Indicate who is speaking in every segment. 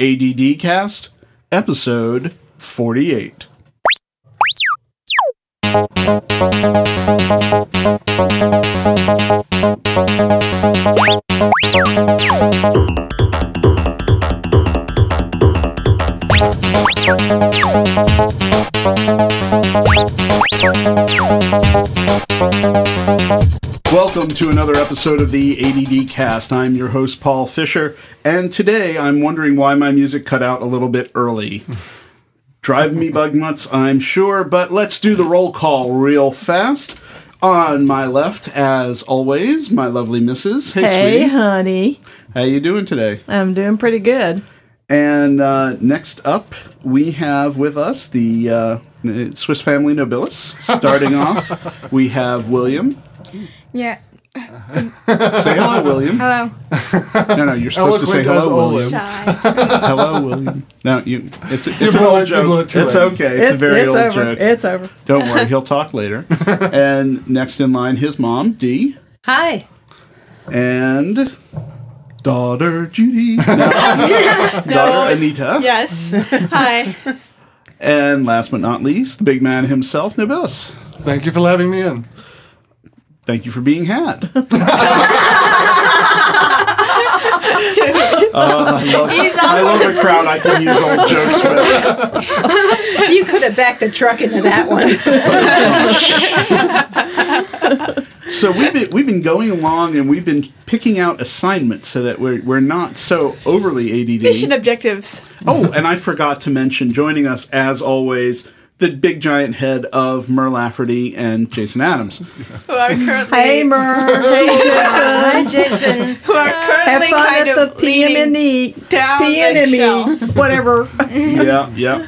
Speaker 1: ADD Cast, episode 48. Welcome to another episode of the ADD Cast. I'm your host, Paul Fisher, and today I'm wondering why my music cut out a little bit early. Drive me bug nuts, I'm sure, but let's do the roll call real fast. On my left, as always, my lovely missus. Hey,
Speaker 2: Hey,
Speaker 1: sweetie.
Speaker 2: honey.
Speaker 1: How you doing today?
Speaker 2: I'm doing pretty good.
Speaker 1: And uh, next up, we have with us the uh, Swiss family nobilis. Starting off, we have William.
Speaker 3: Yeah.
Speaker 1: Say hello, William.
Speaker 3: Hello.
Speaker 1: No, no, you're supposed to say
Speaker 4: Eloquent as
Speaker 1: hello,
Speaker 4: always.
Speaker 1: William.
Speaker 3: Hi.
Speaker 1: Hello, William. No, you. It's it's an
Speaker 4: blew
Speaker 1: old
Speaker 4: it- you
Speaker 1: joke.
Speaker 4: blew it too
Speaker 1: it's
Speaker 4: late.
Speaker 1: okay. It's a
Speaker 2: It-
Speaker 1: very old
Speaker 2: over.
Speaker 1: joke.
Speaker 2: It's over.
Speaker 1: Don't worry, he'll talk later. and next in line, his mom, Dee,
Speaker 2: Hi.
Speaker 1: and daughter Judy, No, daughter Anita,
Speaker 2: Yes. Hi.
Speaker 1: and last but not least, the big man himself, Nobilis.
Speaker 4: Thank you for having me in.
Speaker 1: Thank you for being had. Uh, I love a crowd I can use old jokes with.
Speaker 5: you could have backed a truck into that one.
Speaker 1: So we've been, we've been going along and we've been picking out assignments so that we're, we're not so overly ADD.
Speaker 3: Mission objectives.
Speaker 1: Oh, and I forgot to mention joining us as always the big giant head of Merle Lafferty and Jason Adams.
Speaker 2: Mm-hmm.
Speaker 3: Who are currently,
Speaker 2: Hey, Mer. Hey, Jason.
Speaker 5: Jason.
Speaker 3: who are
Speaker 2: Have
Speaker 3: currently
Speaker 2: fun
Speaker 3: kind
Speaker 2: at
Speaker 3: of
Speaker 2: the PM&E.
Speaker 3: down the
Speaker 2: PM&E. E, Whatever.
Speaker 1: yeah, yeah.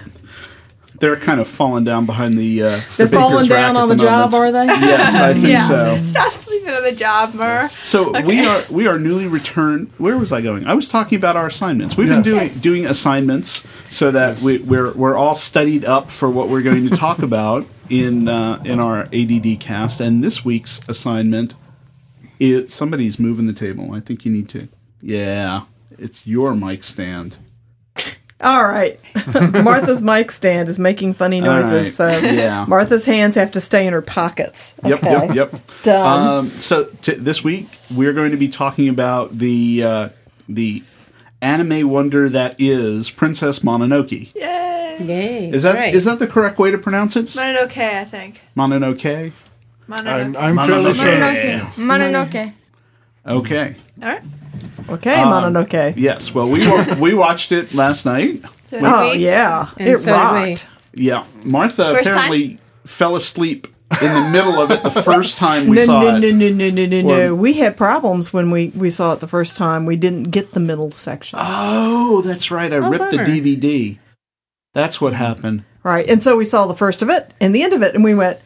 Speaker 1: They're kind of falling down behind the. Uh,
Speaker 2: They're falling down on the, job, are they?
Speaker 1: Yes, I think
Speaker 3: Yeah.
Speaker 1: so.
Speaker 3: Stop sleeping on the job, Mer.
Speaker 1: So we are we are newly returned. Where was I going? I was talking about our assignments. We've
Speaker 4: Yes.
Speaker 1: been doing
Speaker 3: Yes.
Speaker 1: doing assignments so that we, we're we're all studied up for what we're going to talk about in uh, in our ADD cast. And this week's assignment is somebody's moving the table. I think you need to. Yeah, it's your mic stand.
Speaker 2: All right. Martha's mic stand is making funny
Speaker 1: All
Speaker 2: noises,
Speaker 1: right.
Speaker 2: so
Speaker 1: Yeah.
Speaker 2: Martha's hands have to stay in her pockets.
Speaker 1: Yep,
Speaker 2: Okay.
Speaker 1: yep, yep.
Speaker 2: Done.
Speaker 1: Um, so t- this week we're going to be talking about the uh, the anime wonder that is Princess Mononoke.
Speaker 3: Yay.
Speaker 5: Yay.
Speaker 1: Is that
Speaker 5: right.
Speaker 1: is that the correct way to pronounce it?
Speaker 3: Mononoke, I think.
Speaker 1: Mononoke.
Speaker 3: Mononoke.
Speaker 4: I'm, I'm fairly sure.
Speaker 1: Mononoke.
Speaker 3: Mononoke.
Speaker 1: Okay.
Speaker 3: All right.
Speaker 2: okay,
Speaker 1: Um,
Speaker 2: Mononoke.
Speaker 1: Yes. Well, we wa- we watched it last night.
Speaker 3: So
Speaker 2: Oh,
Speaker 3: we-
Speaker 2: yeah.
Speaker 5: And
Speaker 2: it
Speaker 5: so did we.
Speaker 2: rocked.
Speaker 1: Yeah. Martha
Speaker 3: First
Speaker 1: apparently fell asleep in the middle of it the first time we
Speaker 2: no,
Speaker 1: saw
Speaker 2: no,
Speaker 1: it.
Speaker 2: no, no, no, no, no,
Speaker 1: Or-
Speaker 2: no. We had problems when we, we saw it the first time. We didn't get the middle section.
Speaker 1: Oh, that's right. I ripped
Speaker 5: bummer.
Speaker 1: the DVD. That's what happened.
Speaker 2: Right. And so we saw the first of it and the end of it, and we went,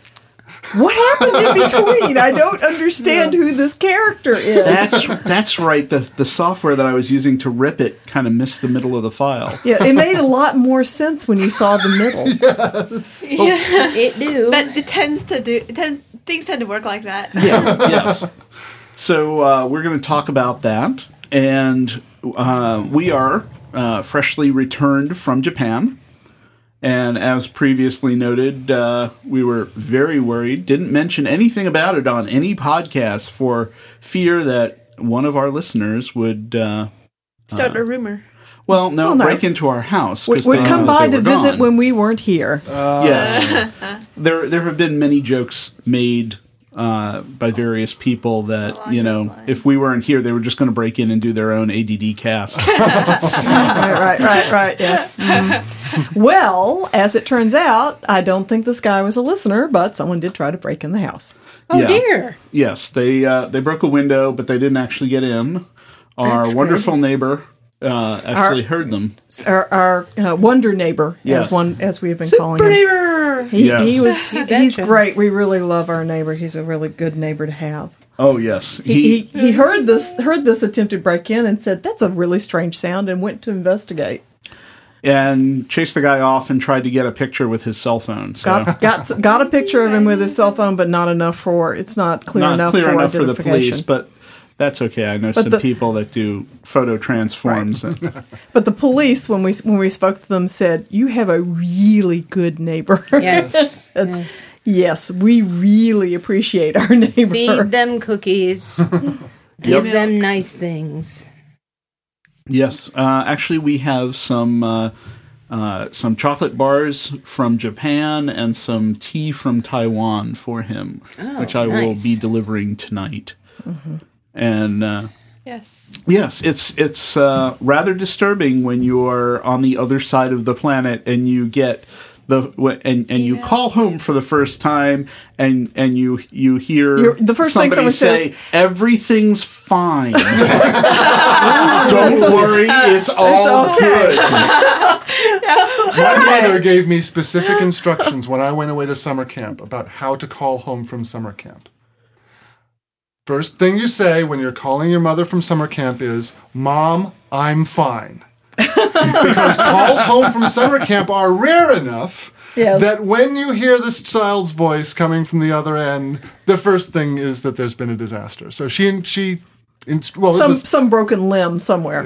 Speaker 2: What happened in between? I don't understand who this character is.
Speaker 1: That's that's right. The the software that I was using to rip it kind of missed the middle of the file.
Speaker 2: yeah, it made a lot more sense when you saw the middle.
Speaker 5: It do.
Speaker 3: But it tends to do, it tends, things tend to work like that.
Speaker 1: yeah, yes. So uh, we're going to talk about that, and uh, we are uh, freshly returned from Japan. And as previously noted, uh, we were very worried. Didn't mention anything about it on any podcast for fear that one of our listeners would, uh,
Speaker 3: Start a rumor.
Speaker 1: well, no,
Speaker 2: Well, no.
Speaker 1: break into our house. 'cause
Speaker 2: We, would
Speaker 1: they
Speaker 2: come
Speaker 1: knew
Speaker 2: by to
Speaker 1: they were
Speaker 2: visit
Speaker 1: gone.
Speaker 2: when we weren't here.
Speaker 1: Yes. there there have been many jokes made uh, by various people that,
Speaker 3: Along
Speaker 1: you know,
Speaker 3: those lines.
Speaker 1: if we weren't here, they were just going to break in and do their own ADD cast.
Speaker 2: right, right, right, right. Yes. Mhm. Well, as it turns out, I don't think this guy was a listener, but someone did try to break in the house.
Speaker 5: oh
Speaker 1: Yeah.
Speaker 5: dear.
Speaker 1: Yes, they uh, they broke a window, but they didn't actually get in. Our wonderful neighbor uh, actually heard them.
Speaker 2: Our, our uh, wonder neighbor,
Speaker 1: Yes.
Speaker 2: as one as we have been calling him.
Speaker 3: Neighbor.
Speaker 2: He,
Speaker 1: Yes.
Speaker 2: he was he's
Speaker 5: betcha.
Speaker 2: great. We really love our neighbor. He's a really good neighbor to have.
Speaker 1: Oh yes,
Speaker 2: He, he, he heard this heard this attempted break in and said that's a really strange sound and went to investigate.
Speaker 1: and chased the guy off and tried to get a picture with his cell phone. So.
Speaker 2: Got got got a picture of him with his cell phone, but not enough for it's not clear
Speaker 1: not
Speaker 2: enough
Speaker 1: clear
Speaker 2: for
Speaker 1: enough for the
Speaker 2: identification.
Speaker 1: police, but That's okay. I know some
Speaker 2: the-
Speaker 1: people that do photo transforms. And,
Speaker 2: But the police, when we when we spoke to them, said you have a really good neighbor.
Speaker 5: Yes.
Speaker 2: And
Speaker 5: yes.
Speaker 2: yes, we really appreciate our neighbor.
Speaker 5: Feed them cookies. Give them nice things.
Speaker 1: yes, uh, actually, we have some uh, uh, some chocolate bars from Japan and some tea from Taiwan for him, which I will
Speaker 5: nice.
Speaker 1: be delivering tonight. And uh,
Speaker 3: Yes.
Speaker 1: Yes, it's it's uh, rather disturbing when you are on the other side of the planet and you get the w- and and you
Speaker 3: Yeah.
Speaker 1: call home for the first time and and you you hear
Speaker 2: You're- the first thing
Speaker 1: somebody
Speaker 2: someone says-
Speaker 1: say, everything's fine. Don't worry, it's all
Speaker 2: okay.
Speaker 1: good.
Speaker 4: My mother gave me specific instructions when I went away to summer camp about how to call home from summer camp. First thing you say when you're calling your mother from summer camp is, Mom, I'm fine. because calls home from summer camp are rare enough
Speaker 2: Yes.
Speaker 4: that when you hear this child's voice coming from the other end, the first thing is that there's been a disaster. So she, she, inst- well,
Speaker 2: some
Speaker 4: it was,
Speaker 2: some broken limb somewhere.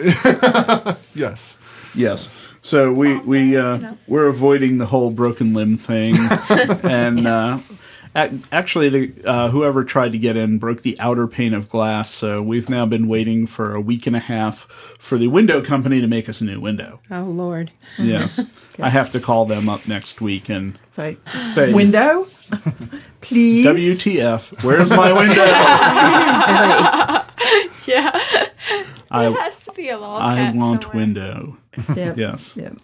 Speaker 4: yes.
Speaker 1: Yes. So we we uh, we're avoiding the whole broken limb thing, and uh, ac actually, the, uh, whoever tried to get in broke the outer pane of glass. So we've now been waiting for a week and a half for the window company to make us a new window.
Speaker 5: Oh Lord.
Speaker 1: Yes, I have to call them up next week and
Speaker 2: Say,
Speaker 1: say,
Speaker 2: window, please.
Speaker 1: "WTF? Where's my window?
Speaker 3: Yeah. It
Speaker 1: I
Speaker 3: has to be a
Speaker 1: I
Speaker 3: lolcat
Speaker 1: want
Speaker 3: somewhere.
Speaker 1: window."
Speaker 2: Yep.
Speaker 1: Yes.
Speaker 2: Yep.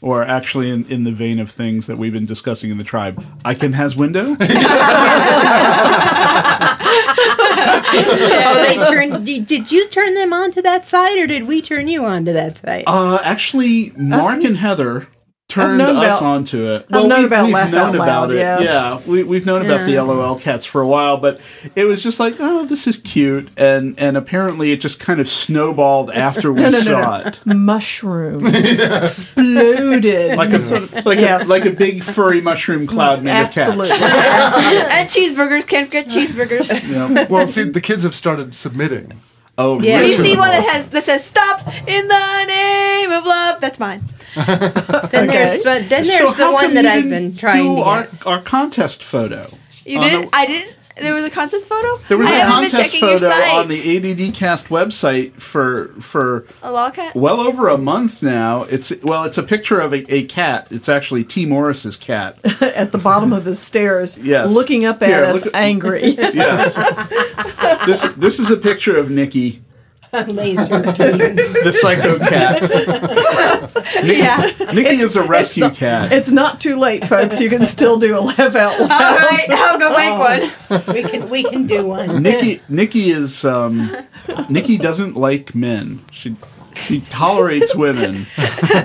Speaker 1: Or actually, in, in the vein of things that we've been discussing in the tribe, I can has window.
Speaker 5: Oh, they turned. Did did you turn them on to that side, or did we turn you on to that side?
Speaker 1: Uh, actually, Mark and Heather turned
Speaker 2: known
Speaker 1: us
Speaker 2: about-
Speaker 1: onto it.
Speaker 2: known about Laugh Out Loud,
Speaker 1: it.
Speaker 2: yeah.
Speaker 1: we, we've known about the LOL cats for a while, but it was just like, oh, this is cute, and and apparently it just kind of snowballed after we saw it,
Speaker 2: Mushroom exploded.
Speaker 1: like a like
Speaker 2: Yes.
Speaker 1: a like a big furry mushroom cloud made
Speaker 2: Absolutely.
Speaker 1: of cats.
Speaker 3: and cheeseburgers. Can't forget cheeseburgers.
Speaker 1: Yeah.
Speaker 4: Well, see, the kids have started submitting.
Speaker 1: Oh,
Speaker 5: Yeah.
Speaker 3: Have
Speaker 1: really?
Speaker 3: you seen one that has that says "Stop in the name of love"? That's mine.
Speaker 5: then
Speaker 2: okay.
Speaker 5: there's but then
Speaker 1: So
Speaker 5: there's the
Speaker 1: how
Speaker 5: one
Speaker 1: come
Speaker 5: that
Speaker 1: you
Speaker 5: I've
Speaker 1: didn't
Speaker 5: been trying
Speaker 1: do
Speaker 5: to
Speaker 1: our
Speaker 5: get.
Speaker 1: our contest photo.
Speaker 3: You
Speaker 1: On
Speaker 3: did?
Speaker 1: the-
Speaker 3: I didn't. There was a contest photo.
Speaker 1: Oh, There was
Speaker 3: I
Speaker 1: a
Speaker 3: haven't been
Speaker 1: contest
Speaker 3: checking your
Speaker 1: photo
Speaker 3: site.
Speaker 1: on the e- ADD Cast website for for
Speaker 3: a lolcat.
Speaker 1: well over a month now. It's well, it's a picture of a, a cat. It's actually T. Morris's cat.
Speaker 2: At the bottom of his stairs,
Speaker 1: Yes.
Speaker 2: looking up at
Speaker 1: Here,
Speaker 2: us,
Speaker 1: look at-
Speaker 2: angry.
Speaker 1: Yes. this this is a picture of Nikki,
Speaker 5: laser.
Speaker 1: the psycho cat.
Speaker 3: Yeah.
Speaker 1: Nikki is a rescue cat.
Speaker 2: it's not too late, folks. You can still do a laugh out loud.
Speaker 3: All right, I'll go make one.
Speaker 5: we can we can do one.
Speaker 1: Nikki Nikki is um, Nikki doesn't like men. She she tolerates women,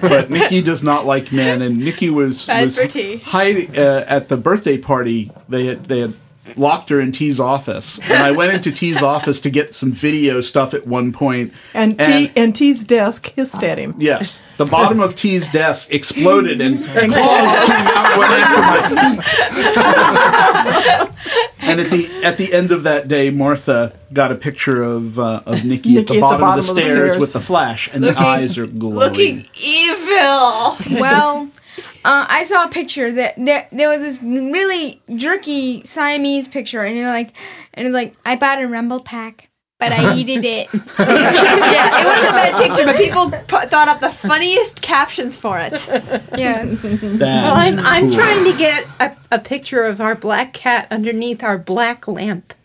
Speaker 1: but Nikki does not like men. And Nikki was
Speaker 3: Bad
Speaker 1: was
Speaker 3: for tea.
Speaker 1: hiding uh, at the birthday party. They had, they had locked her in T's office, and I went into T's office to get some video stuff at one point.
Speaker 2: And T and T's desk hissed at him.
Speaker 1: Yes, the bottom of T's desk exploded, and claws came out went after my feet. and at the at the end of that day, Martha got a picture of uh, of Nikki, at, the bottom of the, stairs with the flash, and the eyes are glowing.
Speaker 3: Looking evil.
Speaker 6: Well, uh, I saw a picture that, that there was this really jerky Siamese picture, and you're like, and it's like I bought a Rumble pack, but I eated it.
Speaker 3: yeah, it was a bad picture, but people put, thought up the funniest captions for it.
Speaker 6: Yes.
Speaker 5: Well,
Speaker 1: That's
Speaker 5: I'm, I'm
Speaker 1: cool.
Speaker 5: trying to get a, a picture of our black cat underneath our black lamp.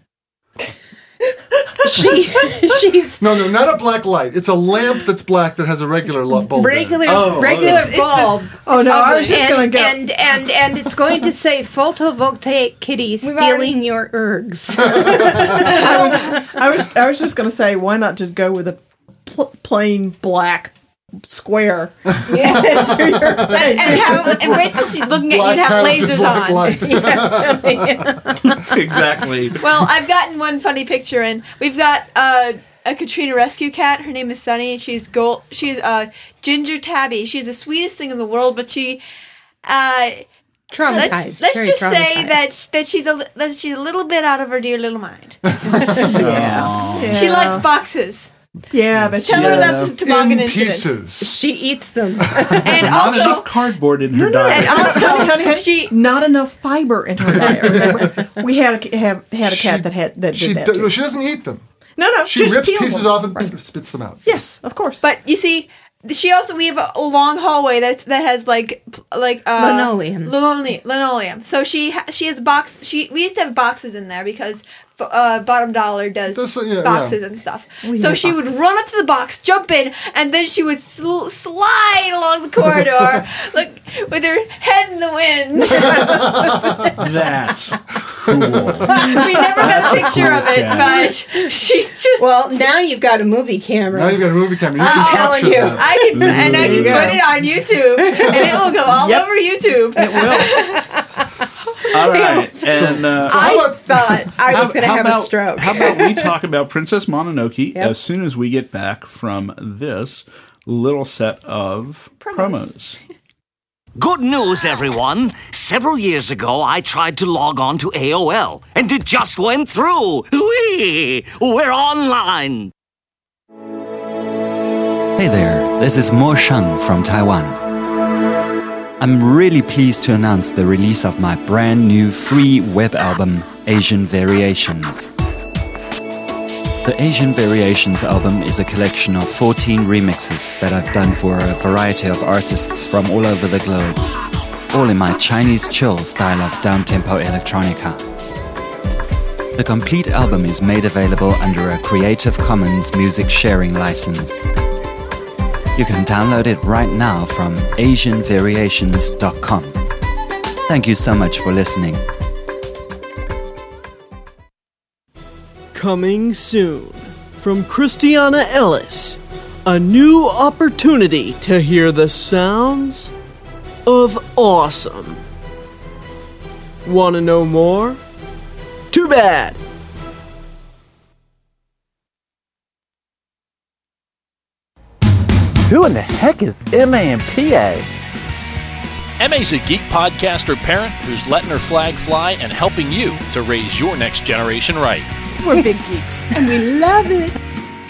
Speaker 5: she she's
Speaker 4: No, no, not a black light. It's a lamp that's black that has a regular lo- bulb. in it.
Speaker 5: regular
Speaker 1: Oh,
Speaker 5: regular
Speaker 1: okay.
Speaker 5: bulb.
Speaker 2: Oh no, I was just gonna
Speaker 5: and,
Speaker 2: go.
Speaker 5: and and and it's going to say photovoltaic kitty stealing
Speaker 6: already-
Speaker 5: your ergs.
Speaker 2: I was, I was, I was just gonna say, why not just go with a pl- plain black square? to your thing?
Speaker 3: And, how, and wait till she's looking at you
Speaker 4: Black
Speaker 3: and have
Speaker 4: hat is a
Speaker 3: lasers
Speaker 4: black
Speaker 3: on.
Speaker 4: light.
Speaker 1: exactly.
Speaker 3: Well, I've gotten one funny picture, and we've got uh, a Katrina rescue cat. Her name is Sunny, and she's gold. She's a ginger tabby. She's the sweetest thing in the world, but she uh,
Speaker 5: Traumatized.
Speaker 3: Let's, let's
Speaker 5: very
Speaker 3: just say
Speaker 5: traumatized.
Speaker 3: that sh- that she's a li- that she's a little bit out of her dear little mind.
Speaker 2: Yeah. yeah.
Speaker 3: She likes boxes.
Speaker 2: Yeah, but
Speaker 3: Tell
Speaker 2: she,
Speaker 3: her about the toboggan
Speaker 4: in
Speaker 3: incident.
Speaker 4: pieces.
Speaker 5: she eats them.
Speaker 3: And
Speaker 1: Not
Speaker 3: also,
Speaker 1: enough cardboard in her
Speaker 3: and
Speaker 1: diet.
Speaker 3: also she
Speaker 2: not enough fiber in her diet. Remember, we had a have, had a cat
Speaker 4: She-
Speaker 2: that had that did
Speaker 4: She,
Speaker 2: that.
Speaker 4: do-
Speaker 2: too.
Speaker 4: she doesn't eat them.
Speaker 2: no, no,
Speaker 4: She
Speaker 2: just
Speaker 4: rips
Speaker 2: peels
Speaker 4: pieces
Speaker 2: them.
Speaker 4: off and spits them out.
Speaker 2: Yes, of course.
Speaker 3: But you see, she also we have a long hallway that that has like pl- like uh,
Speaker 5: Linoleum.
Speaker 3: linoleum, linoleum. So she ha- she has box. She we used to have boxes in there because f- uh, Bottom Dollar does
Speaker 4: Does, uh, yeah,
Speaker 3: boxes
Speaker 4: yeah.
Speaker 3: and stuff. so she would run up to the box, jump in, and then she would sl- slide along the corridor, like with her head in the wind.
Speaker 1: That's cool.
Speaker 3: we never got a picture of it,
Speaker 1: Yeah.
Speaker 3: but she's just.
Speaker 5: well, now you've got a movie camera.
Speaker 4: Now you've got a movie camera. You can
Speaker 5: telling
Speaker 4: capture
Speaker 5: you.
Speaker 4: that.
Speaker 3: I can and I can put it on YouTube, and it will go all
Speaker 2: Yep.
Speaker 3: over YouTube.
Speaker 1: All right. And uh,
Speaker 5: I
Speaker 4: How about-
Speaker 5: thought I was
Speaker 1: How-
Speaker 5: going to
Speaker 1: how
Speaker 5: have
Speaker 1: about-
Speaker 5: a stroke.
Speaker 1: How about we talk about Princess Mononoke
Speaker 5: Yep.
Speaker 1: as soon as we get back from this little set of promos?
Speaker 3: Promos.
Speaker 7: Good news, everyone! Several years ago, I tried to log on to AOL, and it just went through! Whee! We're online!
Speaker 8: Hey there, this is Mo Sheng from Taiwan. I'm really pleased to announce the release of my brand new free web album, Asian Variations. The Asian Variations album is a collection of 14 remixes that I've done for a variety of artists from all over the globe, all in my Chinese chill style of downtempo electronica. The complete album is made available under a Creative Commons music sharing license. You can download it right now from AsianVariations.com. Thank you so much for listening.
Speaker 9: Coming soon from Christiana Ellis a new opportunity to hear the sounds of awesome. Want to know more? Too bad!
Speaker 10: Who in the heck is MAMPA?
Speaker 11: MA's a geek podcaster parent who's letting her flag fly and helping you to raise your next generation right.
Speaker 9: We're big geeks.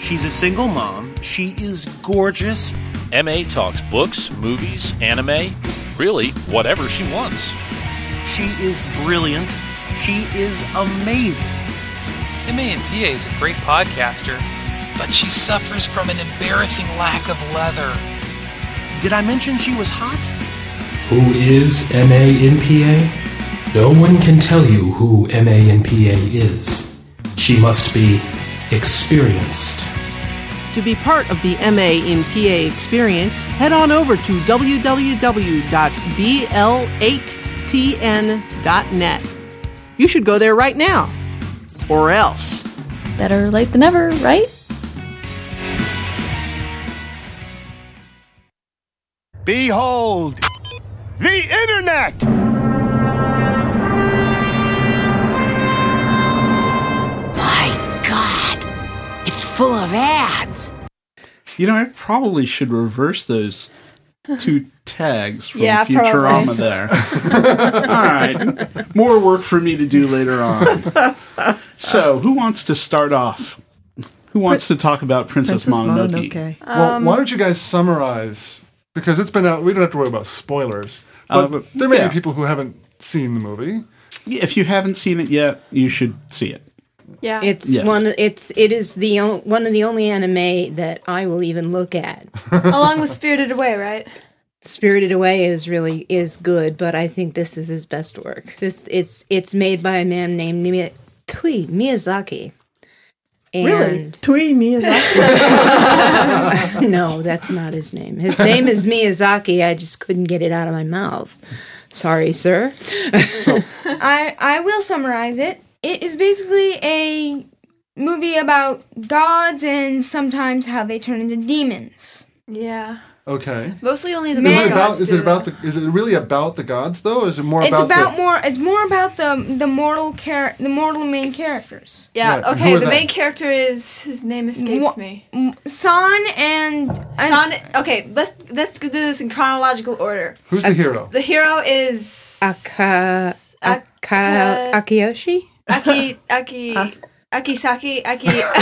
Speaker 10: She's a single mom. She is gorgeous.
Speaker 11: MA talks books, movies, anime, really, whatever she wants.
Speaker 10: She is brilliant. She is amazing.
Speaker 11: MAMPA is a great podcaster, but she suffers from an embarrassing lack of leather.
Speaker 10: Did I mention she was hot?
Speaker 9: Who is MANPA? No one can tell you who MANPA is. She must be experienced. To be part of the MANPA experience, head on over to www.bl8tn.net. You should go there right now, or else.
Speaker 12: Better late than never, right?
Speaker 10: Behold, the internet!
Speaker 7: My god! It's full of ads!
Speaker 1: You know, I probably should reverse those two tags from
Speaker 3: Yeah,
Speaker 1: Futurama there. All right. More work for me to do later on. So, who wants to start off? Who wants to talk about Princess,
Speaker 2: Princess
Speaker 1: Mononoke?
Speaker 2: Mononoke.
Speaker 4: Well, why don't you guys summarize? Because it's been out. We don't have to worry about spoilers. But
Speaker 1: Uh, but-
Speaker 4: there may
Speaker 1: yeah.
Speaker 4: be people who haven't seen the movie.
Speaker 1: If you haven't seen it yet, you should see it.
Speaker 3: Yeah.
Speaker 5: It's
Speaker 1: Yes.
Speaker 5: one. It's it is the on, one of the only anime that I will even look at.
Speaker 3: Along with Spirited Away, right?
Speaker 5: Spirited Away is really is good, but I think this is his best work. This it's it's made by a man named Mi- Tui Miyazaki. And
Speaker 2: really, Tui Miyazaki.
Speaker 5: no, that's not his name. His name is Miyazaki. I just couldn't get it out of my mouth. Sorry, sir.
Speaker 6: I I will summarize it. It is basically a movie about gods and sometimes how they turn into demons.
Speaker 3: Yeah.
Speaker 4: Okay.
Speaker 3: Mostly only the
Speaker 4: is
Speaker 3: man
Speaker 4: it about
Speaker 3: gods
Speaker 4: is
Speaker 3: do
Speaker 4: it about the is it really about the gods though? Or is it more
Speaker 6: it's
Speaker 4: about,
Speaker 6: about
Speaker 4: the,
Speaker 6: more. It's more about the the mortal char- the mortal main characters.
Speaker 3: Yeah.
Speaker 4: Right, and who
Speaker 3: Okay.
Speaker 4: are
Speaker 3: The
Speaker 4: they?
Speaker 3: main character is his name escapes
Speaker 6: Wha-
Speaker 3: me.
Speaker 6: San and
Speaker 3: San. Okay. Let's let's do this in chronological order.
Speaker 4: who's the hero?
Speaker 3: The hero is
Speaker 5: Aka, Aka,
Speaker 3: Uh,
Speaker 5: Akiyoshi?
Speaker 3: Aki Aki Akisaki Aki.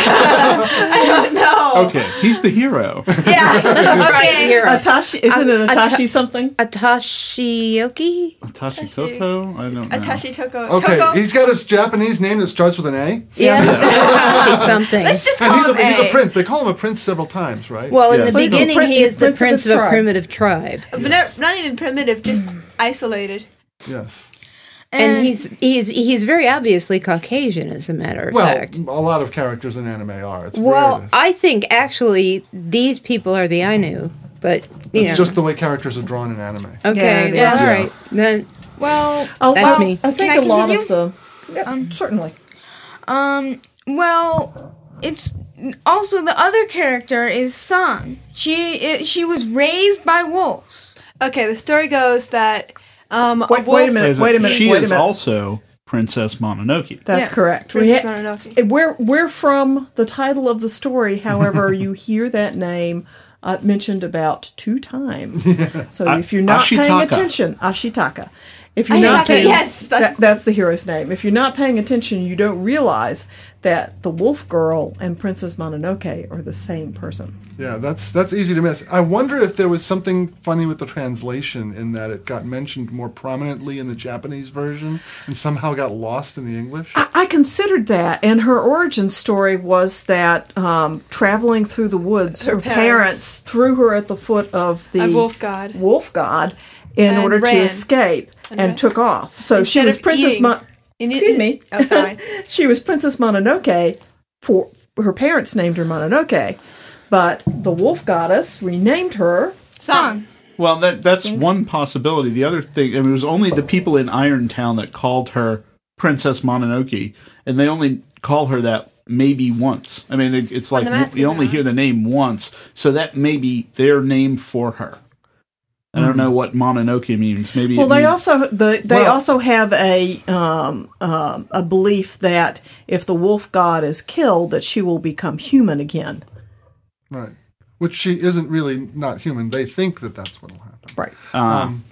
Speaker 3: I don't know.
Speaker 1: Okay, he's the hero.
Speaker 3: okay.
Speaker 2: Atashi, isn't it
Speaker 5: Ata-
Speaker 2: Atashi something?
Speaker 5: Atashioki?
Speaker 1: Tashi Toko? I don't know.
Speaker 3: Atashi Toko.
Speaker 4: Okay,
Speaker 3: Toko.
Speaker 4: he's got a Japanese name that starts with an A.
Speaker 5: Yeah. Atashi something.
Speaker 3: Let's just
Speaker 4: And he's
Speaker 3: call
Speaker 4: a,
Speaker 3: him
Speaker 4: he's a
Speaker 3: A.
Speaker 4: prince. They call him a prince several times, right?
Speaker 5: Well, in the beginning, he is the prince of a
Speaker 4: tribe.
Speaker 5: primitive tribe.
Speaker 3: But not, not even primitive, just
Speaker 6: Mm.
Speaker 3: isolated.
Speaker 4: Yes.
Speaker 5: And,
Speaker 3: And-
Speaker 5: he's he's he's very obviously Caucasian, as a matter of
Speaker 4: Well,
Speaker 5: fact.
Speaker 4: a lot of characters in anime are. It's
Speaker 5: well,
Speaker 4: weird.
Speaker 5: I think actually these people are the Ainu, but you
Speaker 4: It's
Speaker 5: know.
Speaker 4: just the way characters are drawn in anime.
Speaker 5: okay. well,
Speaker 2: Yeah, yeah.
Speaker 5: all right. Then
Speaker 6: Well,
Speaker 2: Oh,
Speaker 5: That's
Speaker 2: well,
Speaker 5: me.
Speaker 2: I think
Speaker 6: Can
Speaker 2: a
Speaker 6: I
Speaker 2: lot
Speaker 6: continue?
Speaker 2: of the. Um, certainly.
Speaker 6: Um. Well, it's also the other character is San. She i she was raised by wolves.
Speaker 3: Okay, the story goes that um,
Speaker 2: Wait- wait a minute, Is it- wait a minute,
Speaker 1: She
Speaker 2: wait a
Speaker 1: is
Speaker 2: minute.
Speaker 1: also Princess Mononoke.
Speaker 2: That's correct. We
Speaker 3: Princess
Speaker 2: ha- we're, we're from the title of the story. However, you hear that name uh, mentioned about two times. So
Speaker 1: A-
Speaker 2: if you're not paying
Speaker 1: Ashitaka.
Speaker 2: attention, Ashitaka. If you're not
Speaker 3: Ashitaka,
Speaker 2: paying,
Speaker 3: yes, that's-
Speaker 2: that, that's the hero's name. If you're not paying attention, you don't realize that the Wolf Girl and Princess Mononoke are the same person.
Speaker 4: Yeah, that's that's easy to miss. I wonder if there was something funny with the translation in that it got mentioned more prominently in the Japanese version and somehow got lost in the English.
Speaker 2: I, I considered that, and her origin story was that um, traveling through the woods, her, parents.
Speaker 3: parents.
Speaker 2: threw her at the foot of the
Speaker 3: A wolf god.
Speaker 2: wolf god in
Speaker 3: And
Speaker 2: order to
Speaker 3: ran.
Speaker 2: escape and,
Speaker 3: ran.
Speaker 2: took off. So
Speaker 3: Instead
Speaker 2: she was
Speaker 3: of
Speaker 2: Princess.
Speaker 3: eating.
Speaker 2: Mon-
Speaker 3: And it-
Speaker 2: Excuse me.
Speaker 3: Oh, sorry.
Speaker 2: she was Princess Mononoke. For her parents named her Mononoke, but the wolf goddess renamed her.
Speaker 3: San.
Speaker 1: Well, that that's one possibility. The other thing, I mean, it was only the people in Irontown that called her Princess Mononoke, and they only call her that maybe once. I mean, it, it's
Speaker 3: On
Speaker 1: like
Speaker 3: the map,
Speaker 1: you only hear the name once, so that may be their name for her. I don't know what Mononoke means. Maybe
Speaker 2: Well,
Speaker 1: it
Speaker 2: they
Speaker 1: means-
Speaker 2: also the, they
Speaker 1: Well-
Speaker 2: also have a um, um, a belief that if the wolf god is killed, that she will become human again.
Speaker 4: Right. Which she isn't really not human. They think that that's what'll happen.
Speaker 2: Right.
Speaker 1: Uh,
Speaker 4: Um,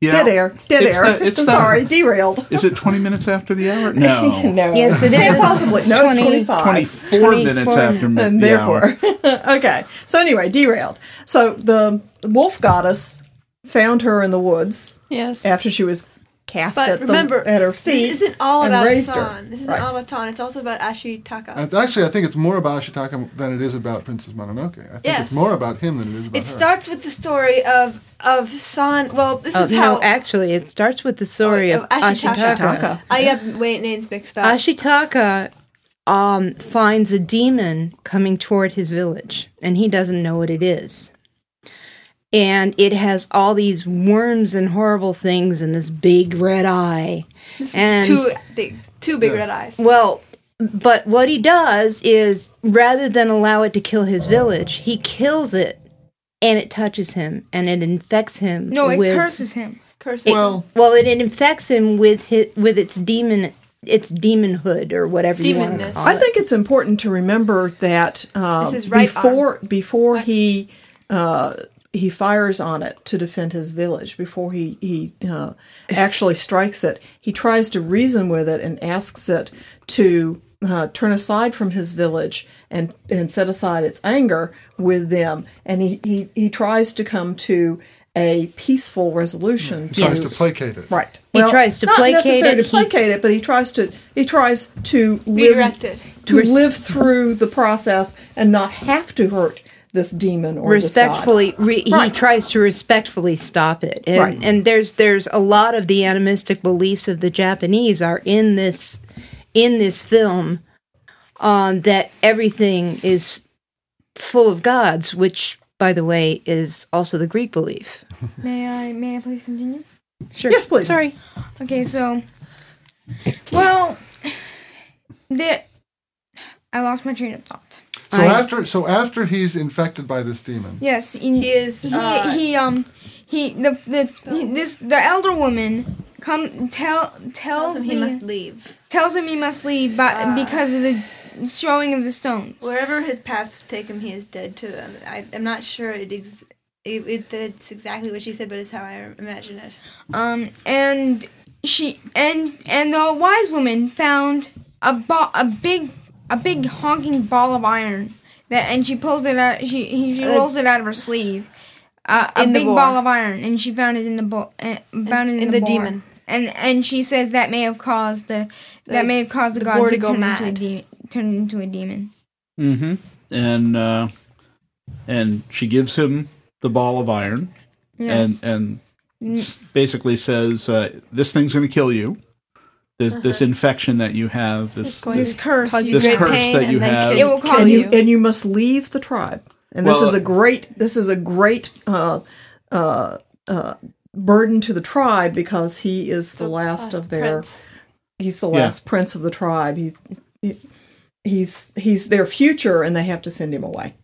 Speaker 1: yeah.
Speaker 2: Dead air, dead
Speaker 1: It's
Speaker 2: air.
Speaker 1: the- it's the-
Speaker 2: Sorry, derailed.
Speaker 1: Is it twenty minutes after the hour? No.
Speaker 2: no.
Speaker 5: Yes, it
Speaker 2: Can't
Speaker 5: is.
Speaker 2: Possibly.
Speaker 5: It's
Speaker 2: No,
Speaker 5: 20
Speaker 2: it's 25.
Speaker 1: 24 minutes after mi-
Speaker 2: And
Speaker 1: the
Speaker 2: therefore. okay. So, anyway, derailed. So, the wolf goddess found her in the woods
Speaker 3: Yes.
Speaker 2: after she was cast
Speaker 3: But
Speaker 2: at, the-
Speaker 3: remember,
Speaker 2: at her feet.
Speaker 3: This isn't all
Speaker 2: and
Speaker 3: about
Speaker 2: raised her.
Speaker 3: San. This isn't
Speaker 2: Right.
Speaker 3: all about San. It's also about Ashitaka.
Speaker 4: it's- actually, I think it's more about Ashitaka than it is about Princess Mononoke. I think
Speaker 3: Yes.
Speaker 4: it's more about him than it is about
Speaker 3: it
Speaker 4: her.
Speaker 3: starts with the story of of San. Well, this
Speaker 5: Oh,
Speaker 3: is how Oh,
Speaker 5: no, actually, it starts with the story
Speaker 3: of
Speaker 5: of Oh, Ashitaka.
Speaker 3: I have wait names mixed up.
Speaker 5: Ashitaka um, finds a demon coming toward his village, and he doesn't know what it is. And it has all these worms and horrible things, and this big red eye. And
Speaker 3: two big, two big red eyes.
Speaker 5: well, but what he does is rather than allow it to kill his village, he kills it, and it touches him, and it infects him.
Speaker 6: No, it
Speaker 5: with,
Speaker 6: curses him.
Speaker 3: Curses.
Speaker 5: it- well, it, it infects him with his, with its demon, its demonhood or whatever you want to
Speaker 3: Demonness.
Speaker 5: call
Speaker 2: I
Speaker 5: it.
Speaker 2: think it's important to remember that uh,
Speaker 3: This is right
Speaker 2: before before he uh, he fires on it to defend his village, before he he uh, actually strikes it, he tries to reason with it and asks it to uh, turn aside from his village and and set aside its anger with them, and he he, he tries to come to a peaceful resolution.
Speaker 4: He tries to placate it.
Speaker 2: Right.
Speaker 5: He tries to
Speaker 2: not
Speaker 5: placate
Speaker 2: necessarily
Speaker 5: it,
Speaker 2: To
Speaker 5: he-
Speaker 2: placate it, but he tries to he tries to live
Speaker 3: Redirect it.
Speaker 2: to
Speaker 5: Res-
Speaker 2: live through the process and not have to hurt this demon or this god.
Speaker 5: respectfully re, he
Speaker 2: Right.
Speaker 5: tries to respectfully stop it and,
Speaker 2: Right.
Speaker 5: and there's there's a lot of the animistic beliefs of the japanese are in this in this film um that everything is full of gods which by the way is also the greek belief
Speaker 6: May I may I please continue?
Speaker 5: sure
Speaker 2: Yes, please.
Speaker 5: sorry
Speaker 6: Okay, so well, the I lost my train of thought.
Speaker 4: So
Speaker 6: I-
Speaker 4: after so after he's infected by this demon,
Speaker 6: Yes, he, is. He,
Speaker 3: uh,
Speaker 6: he um he the the he, this the elder woman come tell tells
Speaker 3: him he
Speaker 6: the-
Speaker 3: must leave.
Speaker 6: tells him he must leave but
Speaker 3: Ah.
Speaker 6: because of the showing of the stones.
Speaker 3: Wherever his paths take him, he is dead to them. I, I'm not sure it ex- it, it, that's exactly what she said, but it's how I imagine it.
Speaker 6: Um and she and and the wise woman found a ball a big a big honking ball of iron that and she pulls it out she he, she
Speaker 3: Uh,
Speaker 6: rolls it out of her sleeve. Uh, a
Speaker 3: in the
Speaker 6: big
Speaker 3: boar.
Speaker 6: ball of iron and she found it in the bo- uh, found it in,
Speaker 3: in the
Speaker 6: the, boar.
Speaker 3: demon.
Speaker 6: And and she says that may have caused the that
Speaker 3: Like,
Speaker 6: may have caused the,
Speaker 3: the
Speaker 6: god
Speaker 3: boar
Speaker 6: to,
Speaker 3: to go
Speaker 6: turn into a
Speaker 3: mad.
Speaker 6: de- turn into a demon.
Speaker 1: Mm-hmm. And uh, and she gives him the ball of iron,
Speaker 6: Yes.
Speaker 1: and and s- basically says, uh, "This thing's going to kill you. This, this infection that you have, this
Speaker 2: going
Speaker 1: this,
Speaker 2: to curse
Speaker 1: this,
Speaker 2: you great
Speaker 1: curse
Speaker 2: pain
Speaker 1: that
Speaker 2: and
Speaker 1: you
Speaker 2: then
Speaker 1: have,
Speaker 2: kill- It will kill And you- you. and you
Speaker 1: must
Speaker 2: leave the tribe. And this
Speaker 1: Well,
Speaker 2: is a great this is a great uh, uh, uh, burden to the tribe because he is the, last of their he's the
Speaker 1: Yeah.
Speaker 2: last prince of the tribe. He, he- he's he's their future and they have to send him away.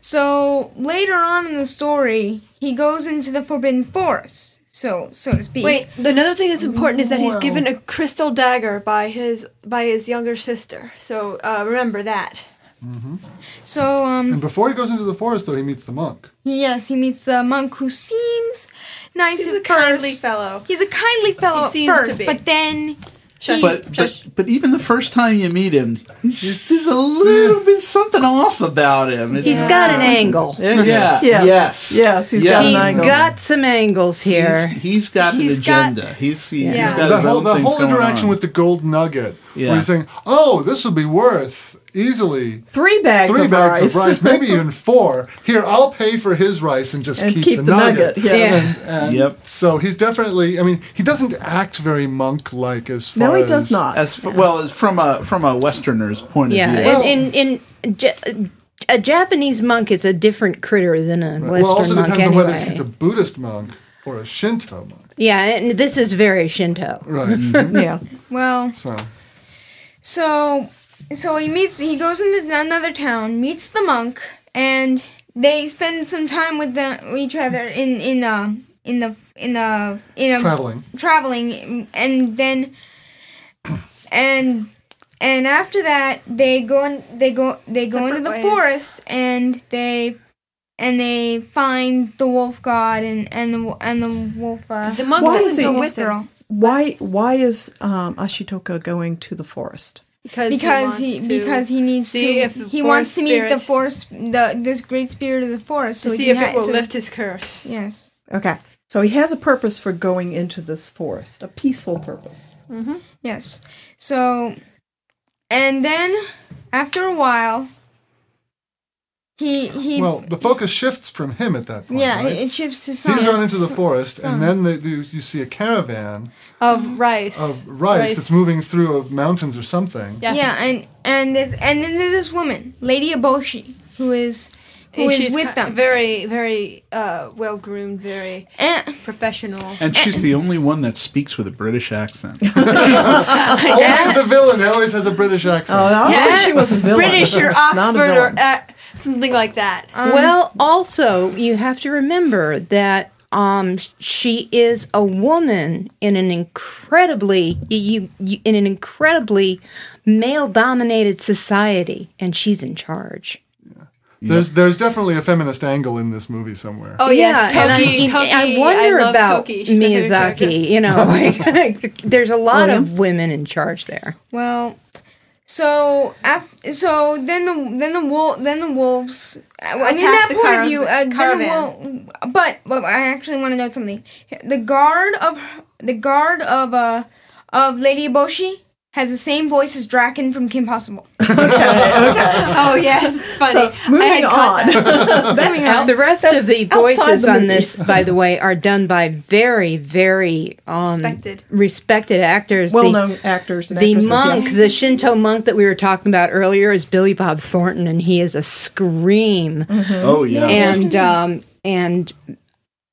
Speaker 6: So later on in the story, he goes into the Forbidden Forest, so so to speak.
Speaker 3: Wait, another thing that's important is that he's given a crystal dagger by his by his younger sister. So uh, remember that.
Speaker 4: hmm
Speaker 6: So
Speaker 4: and
Speaker 6: um
Speaker 4: before he goes into the forest, though, he meets the monk.
Speaker 6: yes, he meets the monk who seems nice
Speaker 3: He's
Speaker 6: at
Speaker 3: a kindly
Speaker 6: first.
Speaker 3: fellow.
Speaker 6: He's a kindly fellow
Speaker 3: He
Speaker 6: at
Speaker 3: seems to
Speaker 6: first,
Speaker 3: be.
Speaker 6: but then he,
Speaker 1: but, but but even the first time you meet him, he's- there's a little bit something off about him. It's-
Speaker 5: He's got an angle.
Speaker 1: Yeah, yeah, yes, yes,
Speaker 5: He's got some angles here.
Speaker 1: He's- he's got an agenda. he's he,
Speaker 5: Yeah.
Speaker 1: has got
Speaker 4: the
Speaker 1: his
Speaker 4: whole,
Speaker 1: own
Speaker 4: the
Speaker 1: things
Speaker 4: whole
Speaker 1: going
Speaker 4: interaction
Speaker 1: on.
Speaker 4: with the gold nugget,
Speaker 1: Yeah.
Speaker 4: where he's saying, "Oh, this will be worth easily
Speaker 2: Three bags
Speaker 4: three
Speaker 2: of
Speaker 4: bags
Speaker 2: rice.
Speaker 4: of rice, maybe even four. Here, I'll pay for his rice and just
Speaker 2: And
Speaker 4: keep,
Speaker 2: keep
Speaker 4: the,
Speaker 2: the
Speaker 4: nugget."
Speaker 2: nugget, yes.
Speaker 4: And, and
Speaker 1: Yep.
Speaker 4: So he's definitely. I mean, he doesn't act very monk-like as far. as,
Speaker 1: As f- well as from a from a Westerner's point
Speaker 5: Yeah,
Speaker 1: of view.
Speaker 5: and in in Ja- a Japanese monk is a different critter than a Western
Speaker 4: well, it also
Speaker 5: monk
Speaker 4: depends
Speaker 5: anyway.
Speaker 4: on whether he's a Buddhist monk or a Shinto monk.
Speaker 5: yeah, and this is very Shinto.
Speaker 3: Mm-hmm.
Speaker 4: Right.
Speaker 5: yeah.
Speaker 6: well
Speaker 4: So
Speaker 6: So, so he meets. He goes into another town, meets the monk, and they spend some time with the, each other in in the in the in the in a
Speaker 4: Traveling.
Speaker 6: traveling, and then and and after that they go in, they go they go into the
Speaker 3: Separate ways.
Speaker 6: forest and they and they find the wolf god and and the wo- and the wolf uh,
Speaker 3: The monk
Speaker 2: Why
Speaker 3: doesn't
Speaker 2: is he
Speaker 3: go with him.
Speaker 6: girl.
Speaker 2: Why why is um, Ashitoka going to the forest?
Speaker 3: Because he
Speaker 6: because he,
Speaker 3: wants to
Speaker 6: because he needs to
Speaker 3: see if the
Speaker 6: he wants
Speaker 3: forest
Speaker 6: to meet the
Speaker 3: spirit-
Speaker 6: forest the this great spirit of the forest
Speaker 3: to
Speaker 6: so
Speaker 3: see
Speaker 6: he
Speaker 3: if
Speaker 6: ha-
Speaker 3: it will
Speaker 6: so-
Speaker 3: lift his curse.
Speaker 6: Yes.
Speaker 2: Okay. So he has a purpose for going into this forest, a peaceful purpose.
Speaker 6: Mm-hmm. Yes. So, and then after a while, he he
Speaker 4: well, the focus shifts from him at that point.
Speaker 6: yeah
Speaker 4: right?
Speaker 6: it shifts his.
Speaker 4: He's gone into the forest,
Speaker 6: sun.
Speaker 4: and then they, you, you see a caravan
Speaker 3: Of rice.
Speaker 4: of rice, that's moving through of mountains or something.
Speaker 6: Yeah. and and this and then there's this woman, Lady Eboshi, who is who
Speaker 3: And
Speaker 6: is
Speaker 3: she's
Speaker 6: with
Speaker 3: ki-
Speaker 6: them.
Speaker 3: Very, very uh, well groomed, very professional.
Speaker 1: and she's the only one that speaks with a British accent.
Speaker 4: always the villain always has a British accent.
Speaker 2: Oh,
Speaker 3: British or Oxford or uh, something like that.
Speaker 5: well, also you have to remember that um, she is a woman in an incredibly you, you in an incredibly male-dominated society, and she's in charge.
Speaker 4: There's there's definitely a feminist angle in this movie somewhere.
Speaker 5: Oh yes,
Speaker 3: Yeah,
Speaker 5: and I,
Speaker 3: Toki,
Speaker 5: and I
Speaker 3: Toki,
Speaker 5: wonder
Speaker 3: I love
Speaker 5: about
Speaker 3: Toki. She's my favorite
Speaker 5: Miyazaki. You know, like, there's a lot of women in charge there.
Speaker 6: Well, so af- so then the then the wolf then the wolves. uh, I mean, that
Speaker 3: Attack the
Speaker 6: point
Speaker 3: carav-
Speaker 6: of view, uh, then the
Speaker 3: caravan.
Speaker 6: wolf, but but I actually want to note something. The guard of the guard of uh of Lady Eboshi has the same voice as Draken from Kim Possible.
Speaker 3: oh yes, it's funny.
Speaker 5: So,
Speaker 3: I had
Speaker 5: moving
Speaker 3: caught that.
Speaker 5: on. the rest of the
Speaker 3: outside
Speaker 5: voices
Speaker 3: the
Speaker 5: on
Speaker 3: movie.
Speaker 5: this, by the way, are done by very, very um,
Speaker 2: Respected.
Speaker 5: respected actors. The-
Speaker 2: Well-known actors and
Speaker 5: The
Speaker 2: actresses,
Speaker 5: monk,
Speaker 2: yes.
Speaker 5: the Shinto monk that we were talking about earlier, is Billy Bob Thornton,
Speaker 1: Mm-hmm.
Speaker 5: and he is a scream.
Speaker 1: Oh, yes.
Speaker 5: and um, and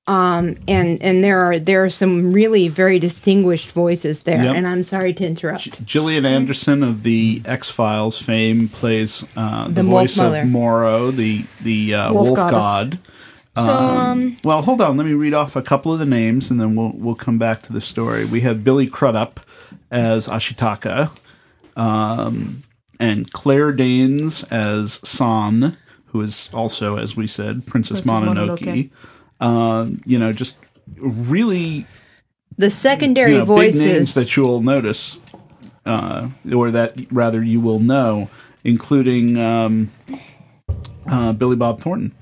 Speaker 5: Um, and and there are there are some really very distinguished voices there.
Speaker 1: Yep.
Speaker 5: And I'm sorry to interrupt.
Speaker 1: Gillian Anderson of the X Files fame plays uh, the,
Speaker 5: The Wolf
Speaker 1: voice
Speaker 5: Mother.
Speaker 1: of Morrow, the the uh,
Speaker 5: Wolf
Speaker 1: wolf,
Speaker 5: goddess.
Speaker 1: god.
Speaker 6: So, um,
Speaker 1: well, hold on. Let me read off a couple of the names, and then we'll we'll come back to the story. We have Billy Crudup as Ashitaka, um, and Claire Danes as San, who is also, as we said, Princess,
Speaker 5: Princess
Speaker 1: Mononoke. Um, you know, just really
Speaker 5: The secondary
Speaker 1: you know,
Speaker 5: voices.
Speaker 1: Big names that you'll notice, uh, or that rather you will know, including um, uh, Billy Bob Thornton.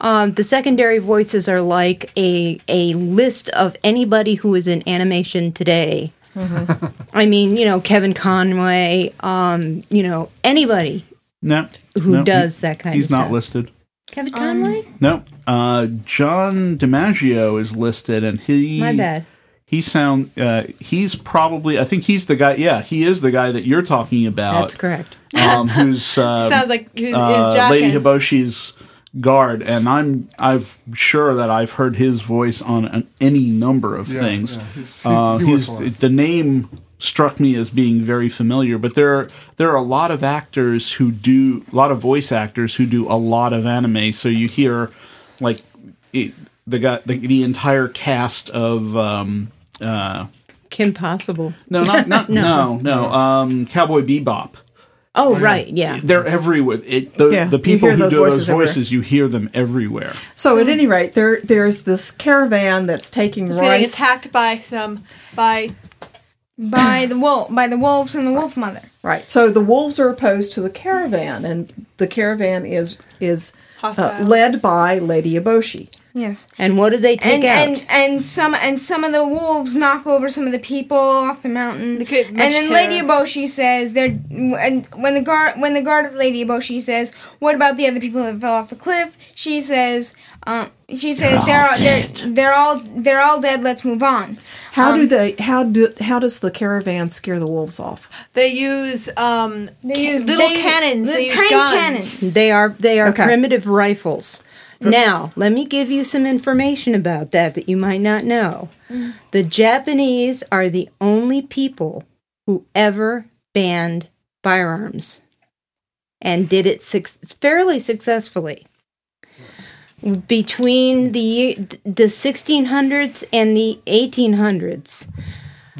Speaker 5: Um, the secondary voices are like a a list of anybody who is in animation today.
Speaker 1: Mm-hmm.
Speaker 5: I mean, you know, Kevin Conway, um, you know, anybody.
Speaker 1: No,
Speaker 5: Who
Speaker 1: no,
Speaker 5: does that kind of
Speaker 1: He's not
Speaker 5: stuff?
Speaker 1: listed.
Speaker 5: Kevin Conway?
Speaker 6: Um,
Speaker 1: No, uh, John DiMaggio is listed, and he
Speaker 5: My bad.
Speaker 1: He sound uh, he's probably I think he's the guy. Yeah, he is the guy that you're talking about.
Speaker 5: That's correct.
Speaker 1: Um, who's uh,
Speaker 5: Sounds like who- is
Speaker 1: uh, Lady
Speaker 5: Jockin.
Speaker 1: Hiboshi's guard, and I'm I've sure that I've heard his voice on an, any number of
Speaker 4: Yeah,
Speaker 1: things.
Speaker 4: yeah, he's- he-
Speaker 1: Uh,
Speaker 4: he works
Speaker 1: he's-
Speaker 4: a lot.
Speaker 1: the name struck me as being very familiar, but there are, there are a lot of actors who do a lot of voice actors who do a lot of anime. So you hear like it, the guy the, the entire cast of um, uh,
Speaker 5: Kim Possible.
Speaker 1: no not, not no no, um, Cowboy Bebop.
Speaker 5: Oh, right, yeah.
Speaker 1: They're everywhere. It, the,
Speaker 2: Yeah,
Speaker 1: the
Speaker 2: you
Speaker 1: people
Speaker 2: hear
Speaker 1: who
Speaker 2: those
Speaker 1: do
Speaker 2: voices
Speaker 1: those
Speaker 2: everywhere.
Speaker 1: voices, you hear them everywhere.
Speaker 2: So at any rate, there there's this caravan that's taking
Speaker 3: It's getting
Speaker 2: rice.
Speaker 3: attacked by some by
Speaker 6: by the wolf, by the wolves and the wolf mother.
Speaker 2: Right. So the wolves are opposed to the caravan, and the caravan is is uh,
Speaker 6: Hostile.
Speaker 2: led by Lady Eboshi.
Speaker 6: Yes.
Speaker 5: And what do they
Speaker 6: and, and and some and some of the wolves knock over some of the people off the mountain. and
Speaker 3: much
Speaker 6: then Lady Eboshi says, "They're and when the guard when the guard of Lady Eboshi says, what about the other people that fell off the cliff?" She says, um, "She says they're all, they're, they're all they're all dead. Let's move on."
Speaker 2: How do
Speaker 6: Um,
Speaker 2: they? How do? How does the caravan scare the wolves off?
Speaker 3: they use um they
Speaker 6: use-
Speaker 3: little
Speaker 6: they-
Speaker 3: cannons.
Speaker 6: little
Speaker 3: They use
Speaker 6: tiny
Speaker 3: guns.
Speaker 6: cannons.
Speaker 5: They are they are
Speaker 2: Okay.
Speaker 5: primitive rifles. Now, let me give you some information about that that you might not know. The Japanese are the only people who ever banned firearms and did it suc- fairly successfully. Between the the 1600s and the 1800s,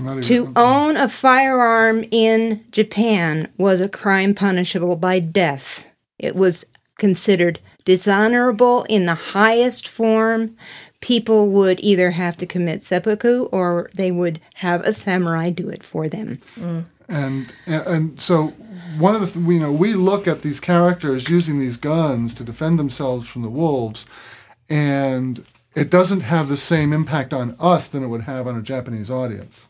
Speaker 4: Not even-
Speaker 5: to own a firearm in Japan was a crime punishable by death. It was considered dishonorable in the highest form. People would either have to commit seppuku or they would have a samurai do it for them.
Speaker 4: and and- and so one of the th- you know we look at these characters using these guns to defend themselves from the wolves and it doesn't have the same impact on us than it would have on a japanese audience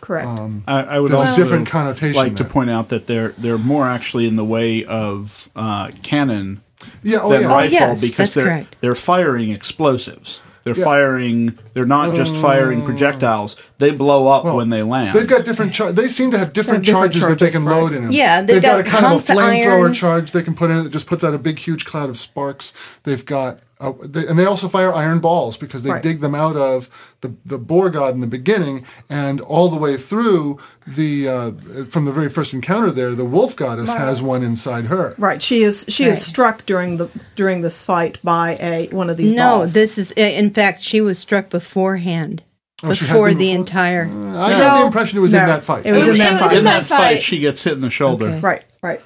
Speaker 2: Correct.
Speaker 4: um,
Speaker 1: I, I would
Speaker 4: there's
Speaker 1: also
Speaker 4: a different connotation
Speaker 1: like
Speaker 4: there.
Speaker 1: to point out that they're they're more actually in the way of uh, cannon
Speaker 4: Yeah, oh,
Speaker 1: than
Speaker 4: yeah. Oh,
Speaker 1: rifle
Speaker 4: yes,
Speaker 1: because
Speaker 4: that's
Speaker 1: they're
Speaker 4: correct.
Speaker 1: they're firing explosives. They're
Speaker 4: Yeah. Mm.
Speaker 1: firing. They're not just firing projectiles. They blow up when they land.
Speaker 4: They've got different. Char- they seem to have different,
Speaker 1: They have different
Speaker 4: charges, that they
Speaker 1: charges,
Speaker 4: can
Speaker 1: right.
Speaker 4: load in them.
Speaker 5: Yeah,
Speaker 4: they've,
Speaker 5: they've
Speaker 4: got,
Speaker 5: got
Speaker 4: a kind of a
Speaker 5: hunks of iron.
Speaker 4: flamethrower charge they can put in it that just puts out a big, huge cloud of sparks. They've got, uh, they, and they also fire iron balls because they
Speaker 2: Right.
Speaker 4: dig them out of the the boar god in the beginning and all the way through the uh, from the very first encounter there. The wolf goddess
Speaker 2: Right.
Speaker 4: has one inside her.
Speaker 2: Right. She is she
Speaker 4: Right.
Speaker 2: is struck during the during this fight by a one of these
Speaker 5: no,
Speaker 2: balls.
Speaker 5: this is eh, in fact she was struck beforehand.
Speaker 4: Oh, she had
Speaker 5: before
Speaker 4: been Mm.
Speaker 5: the entire
Speaker 4: I got the impression it was in that fight.
Speaker 2: It was in that fight.
Speaker 1: in that fight, she gets hit in the shoulder.
Speaker 2: Right. Right.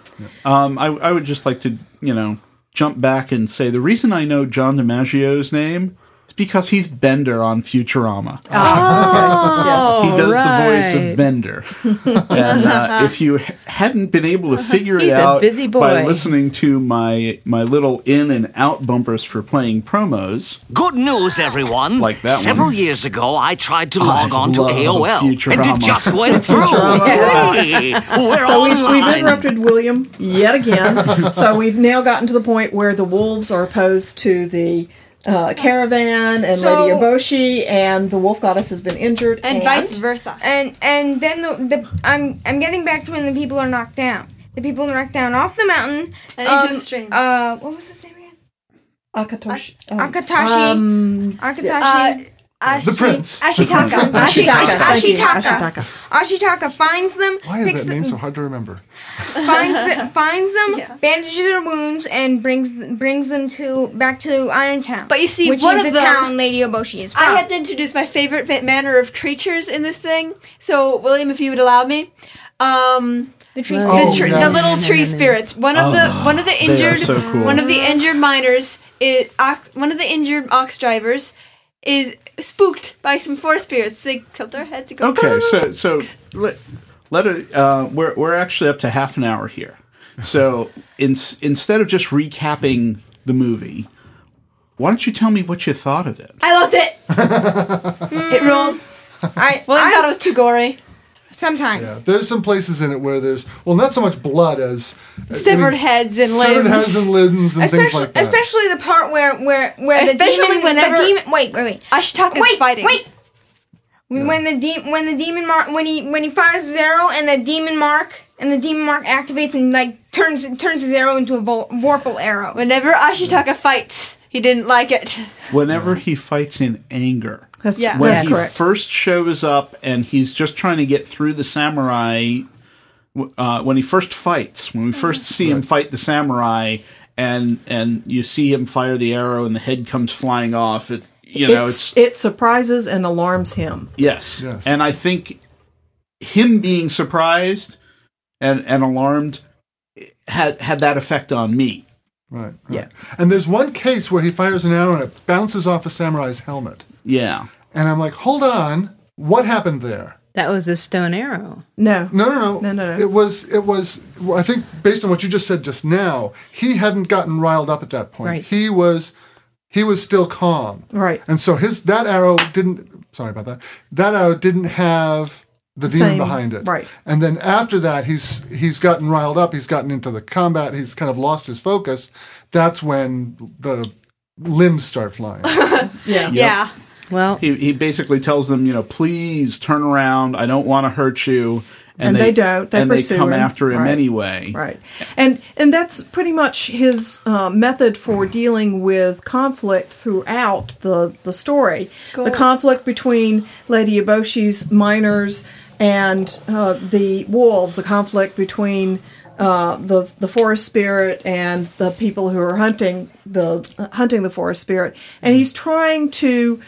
Speaker 1: Um, I, I would just like to, you know, jump back and say the reason I know John DiMaggio's name is because he's Bender on Futurama.
Speaker 5: Oh,
Speaker 1: he does the voice
Speaker 5: right.
Speaker 1: of Bender. and uh, if you h- hadn't been able to figure it
Speaker 5: He's a
Speaker 1: out
Speaker 5: busy boy.
Speaker 1: by listening to my my little in and out bumpers for playing promos,
Speaker 7: Good news, everyone.
Speaker 1: Like that one.
Speaker 7: Several years ago, I tried to log
Speaker 1: I
Speaker 7: on to
Speaker 1: love
Speaker 7: AOL, and
Speaker 1: Futurama.
Speaker 7: it just went through.
Speaker 1: Futurama
Speaker 7: Hey, We're
Speaker 2: so we've,
Speaker 7: online.
Speaker 2: we've interrupted William yet again. so we've now gotten to the point where the wolves are opposed to the uh, caravan and
Speaker 6: So-
Speaker 2: Lady Eboshi, and the wolf goddess has been injured,
Speaker 6: And
Speaker 3: vice versa.
Speaker 6: And and then the, the I'm I'm getting back to when the people are knocked down. The people are knocked down off the mountain
Speaker 5: Um,
Speaker 3: And into the stream.
Speaker 6: Uh, what was his name again?
Speaker 2: Akatoshi.
Speaker 6: Akatashi.
Speaker 2: Um,
Speaker 6: Akatashi.
Speaker 4: The prince.
Speaker 6: Ashitaka.
Speaker 2: Ashitaka.
Speaker 6: Ashitaka.
Speaker 2: Thank you,
Speaker 6: Ashitaka. Ashitaka finds them.
Speaker 4: Why is
Speaker 6: picks
Speaker 4: that
Speaker 6: them-
Speaker 4: name so hard to remember?
Speaker 6: finds them, finds them bandages their wounds, and brings brings them to back to Iron Town.
Speaker 3: But you see,
Speaker 6: which
Speaker 3: one
Speaker 6: is
Speaker 3: of
Speaker 6: the
Speaker 3: them-
Speaker 6: town Lady Oboshi is from.
Speaker 3: I had to introduce my favorite fa- manner of creatures in this thing. So, William, if you would allow me, um, the
Speaker 6: tree
Speaker 3: the,
Speaker 6: spirits.
Speaker 3: tr-
Speaker 6: Oh,
Speaker 3: the
Speaker 6: yes.
Speaker 3: little tree spirits. One of the
Speaker 1: Oh,
Speaker 3: one of the
Speaker 1: they are
Speaker 3: injured
Speaker 1: so cool.
Speaker 3: one of the injured miners is ox, one of the injured ox drivers is spooked by some forest spirits. They tilt their heads and go.
Speaker 1: Okay, so so let let it. Uh, we're we're actually up to half an hour here. So in, instead of just recapping the movie, why don't you tell me what you thought of it?
Speaker 3: I loved it. Mm. it rolled.
Speaker 6: I
Speaker 3: well, I, thought it was too gory.
Speaker 6: Sometimes.
Speaker 4: Yeah, there's some places in it where there's well, not so much blood as I mean,
Speaker 3: Severed heads and
Speaker 4: severed
Speaker 3: limbs.
Speaker 4: heads and limbs and
Speaker 6: especially,
Speaker 4: things like that.
Speaker 6: especially the part where where where
Speaker 3: Especially
Speaker 6: the demon,
Speaker 3: whenever
Speaker 6: the demon, wait wait wait
Speaker 3: Ashitaka's
Speaker 6: wait,
Speaker 3: fighting.
Speaker 6: wait when the de- when the demon mark when he when he fires his arrow and the demon mark and the demon mark activates and like turns turns his arrow into a vol- vorpal arrow
Speaker 3: whenever Ashitaka fights he didn't like it
Speaker 1: Whenever he fights in anger,
Speaker 3: That's- Yeah.
Speaker 1: when
Speaker 3: that's
Speaker 1: he
Speaker 3: correct.
Speaker 1: first shows up and he's just trying to get through the samurai. w- Uh, when he first fights, when we first see him fight the samurai, and and you see him fire the arrow and the head comes flying off, it you know it's
Speaker 2: it surprises and alarms him.
Speaker 1: Yes. And I think him being surprised and, and alarmed had had that effect on me.
Speaker 4: Right. Yeah. And there's one case where he fires an arrow and it bounces off a samurai's helmet.
Speaker 1: Yeah.
Speaker 4: And I'm like, hold on, what happened there?
Speaker 5: That was a stone arrow.
Speaker 2: No.
Speaker 4: No, no, no. No, no, no. It was, it was, well, I think based on what you just said just now, he hadn't gotten riled up at that point.
Speaker 2: Right.
Speaker 4: He was, he was still calm.
Speaker 2: Right.
Speaker 4: And so his, that arrow didn't, sorry about that, that arrow didn't have the demon
Speaker 2: Same-
Speaker 4: behind it.
Speaker 2: right.
Speaker 4: And then after that, he's, he's gotten riled up. He's gotten into the combat. He's kind of lost his focus. That's when the limbs start flying.
Speaker 2: Yeah.
Speaker 3: Yeah.
Speaker 5: Well,
Speaker 1: he, he basically tells them, you know, please turn around. I don't want to hurt you.
Speaker 2: And they don't. They
Speaker 1: and they
Speaker 2: pursue
Speaker 1: come
Speaker 2: him.
Speaker 1: after him
Speaker 2: Right.
Speaker 1: anyway.
Speaker 2: Right. And and that's pretty much his uh, method for dealing with conflict throughout the the story. The
Speaker 3: Cool.
Speaker 2: conflict between Lady Eboshi's miners and uh, the wolves. The conflict between uh, the the forest spirit and the people who are hunting the hunting the forest spirit. And he's trying to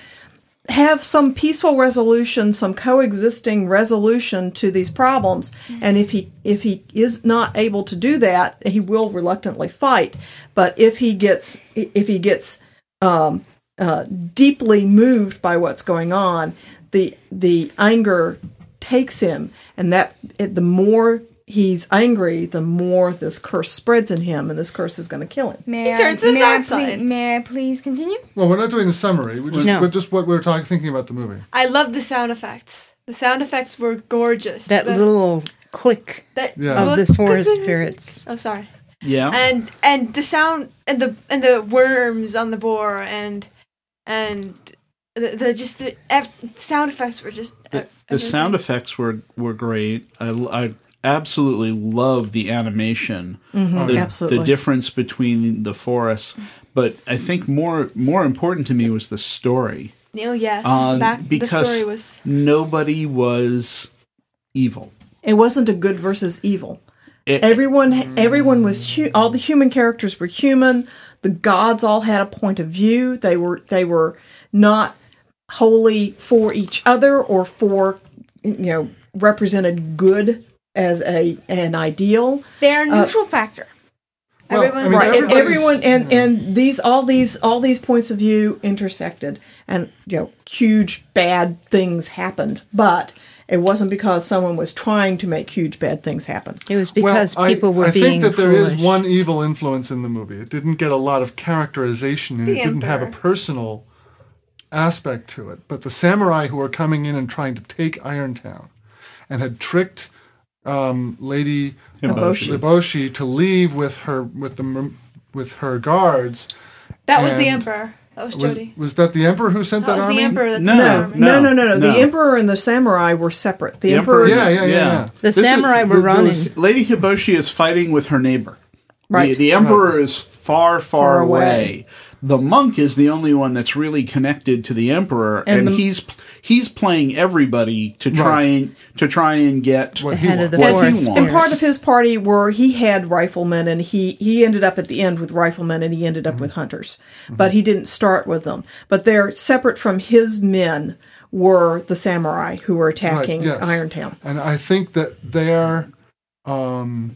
Speaker 2: have some peaceful resolution, some coexisting resolution to these problems. And if he if he is not able to do that, he will reluctantly fight. But if he gets if he gets um, uh, deeply moved by what's going on, the the anger takes him, and that it, the more he's angry, the more this curse spreads in him, and this curse is going to kill him.
Speaker 6: may
Speaker 3: He turns to
Speaker 6: I,
Speaker 3: the
Speaker 6: may
Speaker 3: dark
Speaker 6: I
Speaker 3: side.
Speaker 6: Please, may I please continue
Speaker 4: Well, we're not doing a summary. We just
Speaker 5: No.
Speaker 4: we're just what we were talking thinking about the movie.
Speaker 3: I love the sound effects the sound effects were gorgeous
Speaker 5: That
Speaker 3: The-
Speaker 5: little click
Speaker 3: that
Speaker 4: Yeah.
Speaker 5: of the forest spirits.
Speaker 3: oh sorry
Speaker 1: Yeah.
Speaker 3: and and the sound and the and the worms on the boar and and the, the just the ev- sound effects were just
Speaker 2: uh,
Speaker 3: uh,
Speaker 1: The, the sound effects were, were great. I, I absolutely love the animation.
Speaker 2: Mhm,
Speaker 1: the,
Speaker 2: absolutely.
Speaker 1: The difference between the forests. But I think more more important to me was the story.
Speaker 3: oh yes
Speaker 1: Um,
Speaker 3: back
Speaker 1: because
Speaker 3: the story was
Speaker 1: nobody was evil.
Speaker 2: It wasn't a good versus evil.
Speaker 1: It-
Speaker 2: everyone, everyone was hu- all the human characters were human. The gods all had a point of view. They were they were not wholly for each other or for you know represented good as a an ideal.
Speaker 6: their
Speaker 2: Uh,
Speaker 6: neutral factor
Speaker 4: Well, I Everyone's- mean,
Speaker 2: right, and
Speaker 4: everybody's-
Speaker 2: everyone and and these all these all these points of view intersected, and you know huge bad things happened, but it wasn't because someone was trying to make huge bad things happen.
Speaker 5: It was
Speaker 4: I- I think that there is one evil influence in the movie. It didn't get a lot of characterization and
Speaker 2: The
Speaker 4: it didn't have a
Speaker 2: Emperor.
Speaker 4: personal aspect to it. But the samurai who are coming in and trying to take Irontown and had tricked um, Lady
Speaker 1: Eboshi.
Speaker 4: Eboshi to leave with her with the mer- with her guards.
Speaker 3: that was the
Speaker 4: and-
Speaker 3: emperor that was
Speaker 4: Was,
Speaker 3: Jody
Speaker 4: was that the emperor who sent
Speaker 3: That
Speaker 4: that,
Speaker 3: was the
Speaker 4: army?
Speaker 3: emperor that-
Speaker 2: No, no, no, no, no, The
Speaker 4: no.
Speaker 2: emperor and the samurai were separate. The,
Speaker 1: The
Speaker 2: emperor,
Speaker 1: emperor's- Yeah, yeah, yeah, yeah. The This is- samurai were
Speaker 2: running.
Speaker 1: Lady Hiboshi is fighting with her neighbor.
Speaker 2: Right.
Speaker 1: The, the emperor is far, far
Speaker 2: Far away.
Speaker 1: away. The monk is the only one that's really connected to the emperor,
Speaker 2: And
Speaker 1: and,
Speaker 2: the-
Speaker 1: he's he's playing everybody to try and to try and get what
Speaker 2: Head of the forest. And part of his party were he had riflemen, and he he ended up at the end with riflemen, and he ended up with hunters, but he didn't start with them. But they're separate from his men were the samurai who were attacking
Speaker 4: yes.
Speaker 2: Iron Town.
Speaker 4: And I think that their, um,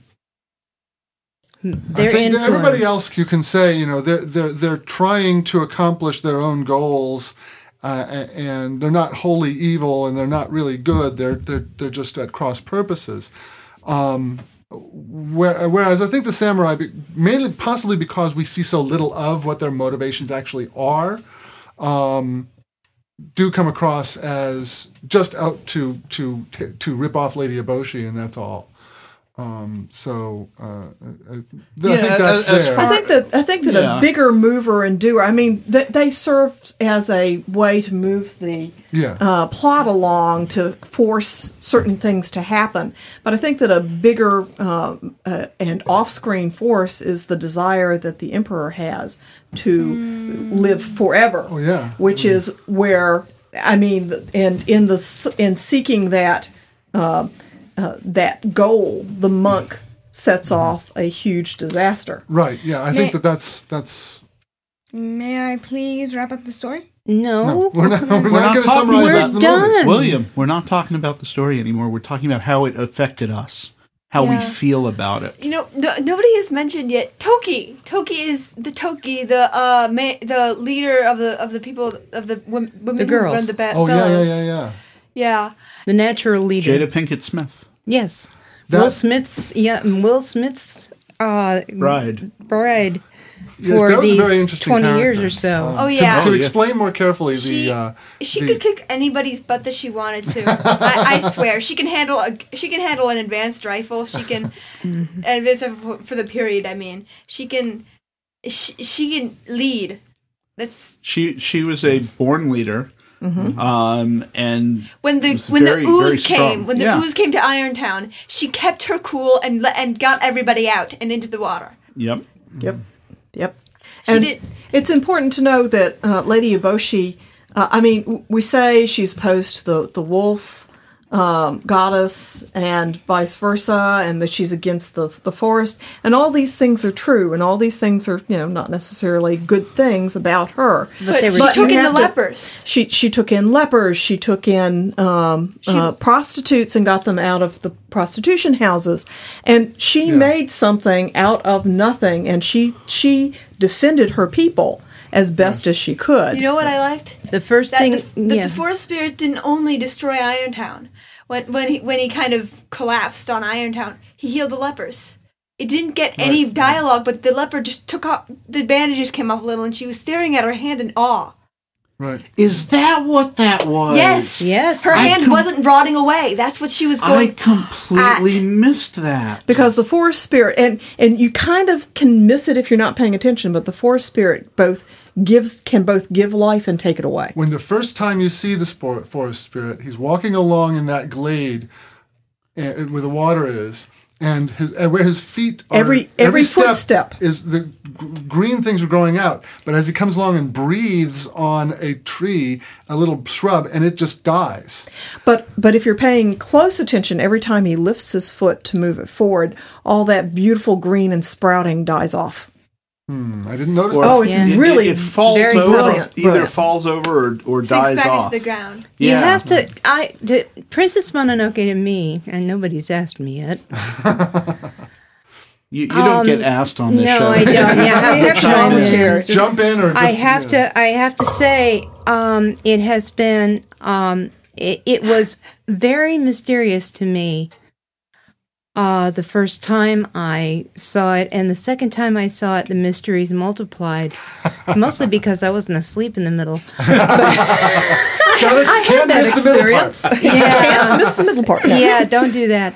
Speaker 4: I
Speaker 5: Their
Speaker 4: think that everybody
Speaker 5: influence.
Speaker 4: else you can say, you know, they're they're they're trying to accomplish their own goals, uh, a- and they're not wholly evil, and they're not really good. They're they're they're just at cross purposes. Um, where, whereas I think the samurai, be- mainly possibly because we see so little of what their motivations actually are, um, do come across as just out to to to rip off Lady Eboshi, and that's all. Um, so uh, I, I- I think that's fair.
Speaker 2: I think that I think that
Speaker 4: Yeah.
Speaker 2: a bigger mover and doer. I mean, th- they serve as a way to move the
Speaker 4: Yeah.
Speaker 2: uh, plot along to force certain things to happen. But I think that a bigger uh, uh, and off-screen force is the desire that the emperor has to live forever. Oh
Speaker 4: yeah,
Speaker 2: which is where I mean, th- and in the s- in seeking that uh, uh, that goal, the monk sets off a huge disaster.
Speaker 4: right? Yeah, I think
Speaker 6: May-
Speaker 4: that that's that's
Speaker 6: May I please wrap up the story?
Speaker 5: No.
Speaker 4: we're not we're, not, going to
Speaker 1: talking
Speaker 4: summarize
Speaker 1: about
Speaker 4: that.
Speaker 1: the movie.
Speaker 4: done.
Speaker 1: William, we're not talking about the story anymore. We're talking about how it affected us, how
Speaker 3: Yeah.
Speaker 1: we feel about it.
Speaker 3: You know, no, nobody has mentioned yet Toki. Toki is the Toki, the uh, ma- the leader of the of the people of the wom- women
Speaker 5: The
Speaker 3: who
Speaker 5: girls.
Speaker 3: run the ba-
Speaker 5: Oh, yeah, yeah,
Speaker 3: bellows.
Speaker 5: yeah,
Speaker 4: yeah.
Speaker 3: Yeah.
Speaker 5: The natural leader.
Speaker 1: Jada Pinkett Smith.
Speaker 5: Yes.
Speaker 1: That-
Speaker 5: Will Smith's yeah, Will Smith's uh,
Speaker 1: Bride.
Speaker 5: bride
Speaker 4: Yes,
Speaker 5: for
Speaker 4: that was a
Speaker 5: these
Speaker 4: very interesting
Speaker 5: twenty
Speaker 4: character.
Speaker 5: years or so.
Speaker 4: Um,
Speaker 3: Oh, yeah.
Speaker 4: To, to
Speaker 3: Oh, yeah.
Speaker 4: explain more carefully the uh,
Speaker 3: She
Speaker 4: the-
Speaker 3: could kick anybody's butt that she wanted to. I, I swear, she can handle a, she can handle an advanced rifle. She can an advanced rifle for, for the period. I mean, she can she, she can lead. That's
Speaker 1: She she was a born leader.
Speaker 3: Mhm.
Speaker 1: Um, and
Speaker 3: when the
Speaker 1: was
Speaker 3: when
Speaker 1: very,
Speaker 3: the
Speaker 1: very
Speaker 3: ooze
Speaker 1: strong.
Speaker 3: came when the
Speaker 1: Yeah.
Speaker 3: ooze came to Irontown. She kept her cool and le- and got everybody out and into the water.
Speaker 1: Yep.
Speaker 2: Yep. Yep.
Speaker 3: She
Speaker 2: and
Speaker 3: did-
Speaker 2: it's important to know that uh, Lady Eboshi, uh, I mean, w- we say she's opposed to the, the wolf um, goddess and vice versa, and that she's against the, the forest. And all these things are true, and all these things are, you know, not necessarily good things about her.
Speaker 3: But But they were- she took
Speaker 2: you
Speaker 3: in the
Speaker 2: have to-
Speaker 3: lepers.
Speaker 2: She, she took in lepers. She took in um, uh, prostitutes and got them out of the prostitution houses. And she made something out of nothing, and she she defended her people as best as she could.
Speaker 3: You know what I liked?
Speaker 5: The first
Speaker 3: That
Speaker 5: thing,
Speaker 3: the, that
Speaker 5: yeah.
Speaker 3: the forest spirit didn't only destroy Irontown. When when he when he kind of collapsed on Irontown, he healed the lepers. It didn't get any
Speaker 5: Right.
Speaker 3: dialogue, but the leper just took off the bandages came off a little, and she was staring at her hand in awe.
Speaker 4: right.
Speaker 1: Is that what that was?
Speaker 3: Yes, yes. Her
Speaker 1: I
Speaker 3: hand
Speaker 1: com-
Speaker 3: wasn't rotting away. That's what she was
Speaker 1: I
Speaker 3: going.
Speaker 1: completely missed that.
Speaker 2: because the forest spirit and and you kind of can miss it if you're not paying attention but the forest spirit both gives can both give life and take it away
Speaker 4: When the first time you see the spor- forest spirit, he's walking along in that glade uh, where the water is, and his, and where his feet are.
Speaker 2: Every- every footstep.
Speaker 4: is the g- green things are growing out. But as he comes along and breathes on a tree, a little shrub, and it just dies.
Speaker 2: but but if you're paying close attention every time he lifts his foot to move it forward all that beautiful green and sprouting dies off
Speaker 4: Hmm, I didn't notice.
Speaker 2: Or-
Speaker 4: that.
Speaker 2: Oh, it's Yeah. really
Speaker 1: it, it falls
Speaker 2: very
Speaker 1: over.
Speaker 2: brilliant.
Speaker 1: Either
Speaker 2: Brilliant.
Speaker 1: falls over or, or dies
Speaker 3: back into
Speaker 1: off.
Speaker 3: the ground.
Speaker 1: Yeah.
Speaker 5: You have to. I the, Princess Mononoke to me, and nobody's asked me yet.
Speaker 1: You, you don't
Speaker 5: Um,
Speaker 1: get asked on this
Speaker 5: no,
Speaker 1: show.
Speaker 5: I don't. Yeah, I have to
Speaker 1: Chime in.
Speaker 5: volunteer. Just-
Speaker 4: Jump in or
Speaker 5: I
Speaker 4: just-
Speaker 5: have to. I have to say, um, it has been. Um, it, it was very mysterious to me. Uh, the first time I saw it, and the second time I saw it, the mysteries multiplied. mostly because I wasn't asleep in the middle.
Speaker 4: Gotta- can't miss the middle part.
Speaker 5: Yeah.
Speaker 2: miss the middle part.
Speaker 5: Yeah, don't do that.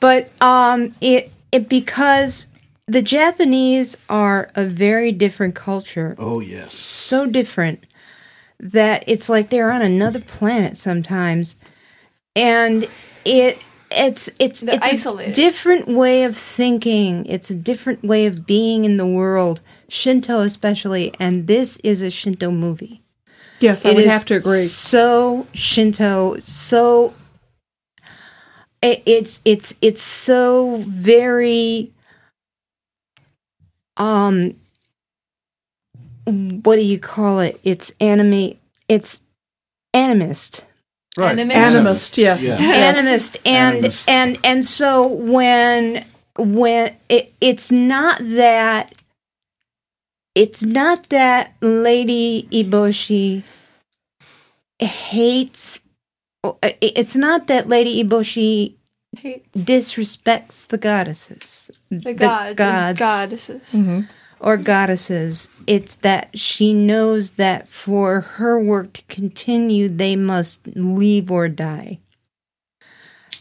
Speaker 5: But um, it it because the Japanese are a very different culture.
Speaker 1: Oh yes,
Speaker 5: so different that it's like they're on another planet sometimes, and it it's it's
Speaker 3: They're
Speaker 5: it's
Speaker 3: isolated.
Speaker 5: a different way of thinking. It's a different way of being in the world. Shinto especially, and this is a Shinto movie.
Speaker 2: Yes, I
Speaker 5: It
Speaker 2: would
Speaker 5: is
Speaker 2: have to agree.
Speaker 5: So Shinto, so it, it's it's it's so very um what do you call it? It's anime. It's animist.
Speaker 2: Right. Animist. Animist, yes. Yeah. Yes.
Speaker 5: Animist and
Speaker 2: Animist.
Speaker 5: and and so when when it, it's not that it's not that Lady Iboshi hates. oh, i- It's not that Lady Iboshi disrespects the goddesses,
Speaker 3: The gods, and goddesses. Mhm.
Speaker 5: or goddesses. It's that she knows that for her work to continue, they must leave or die.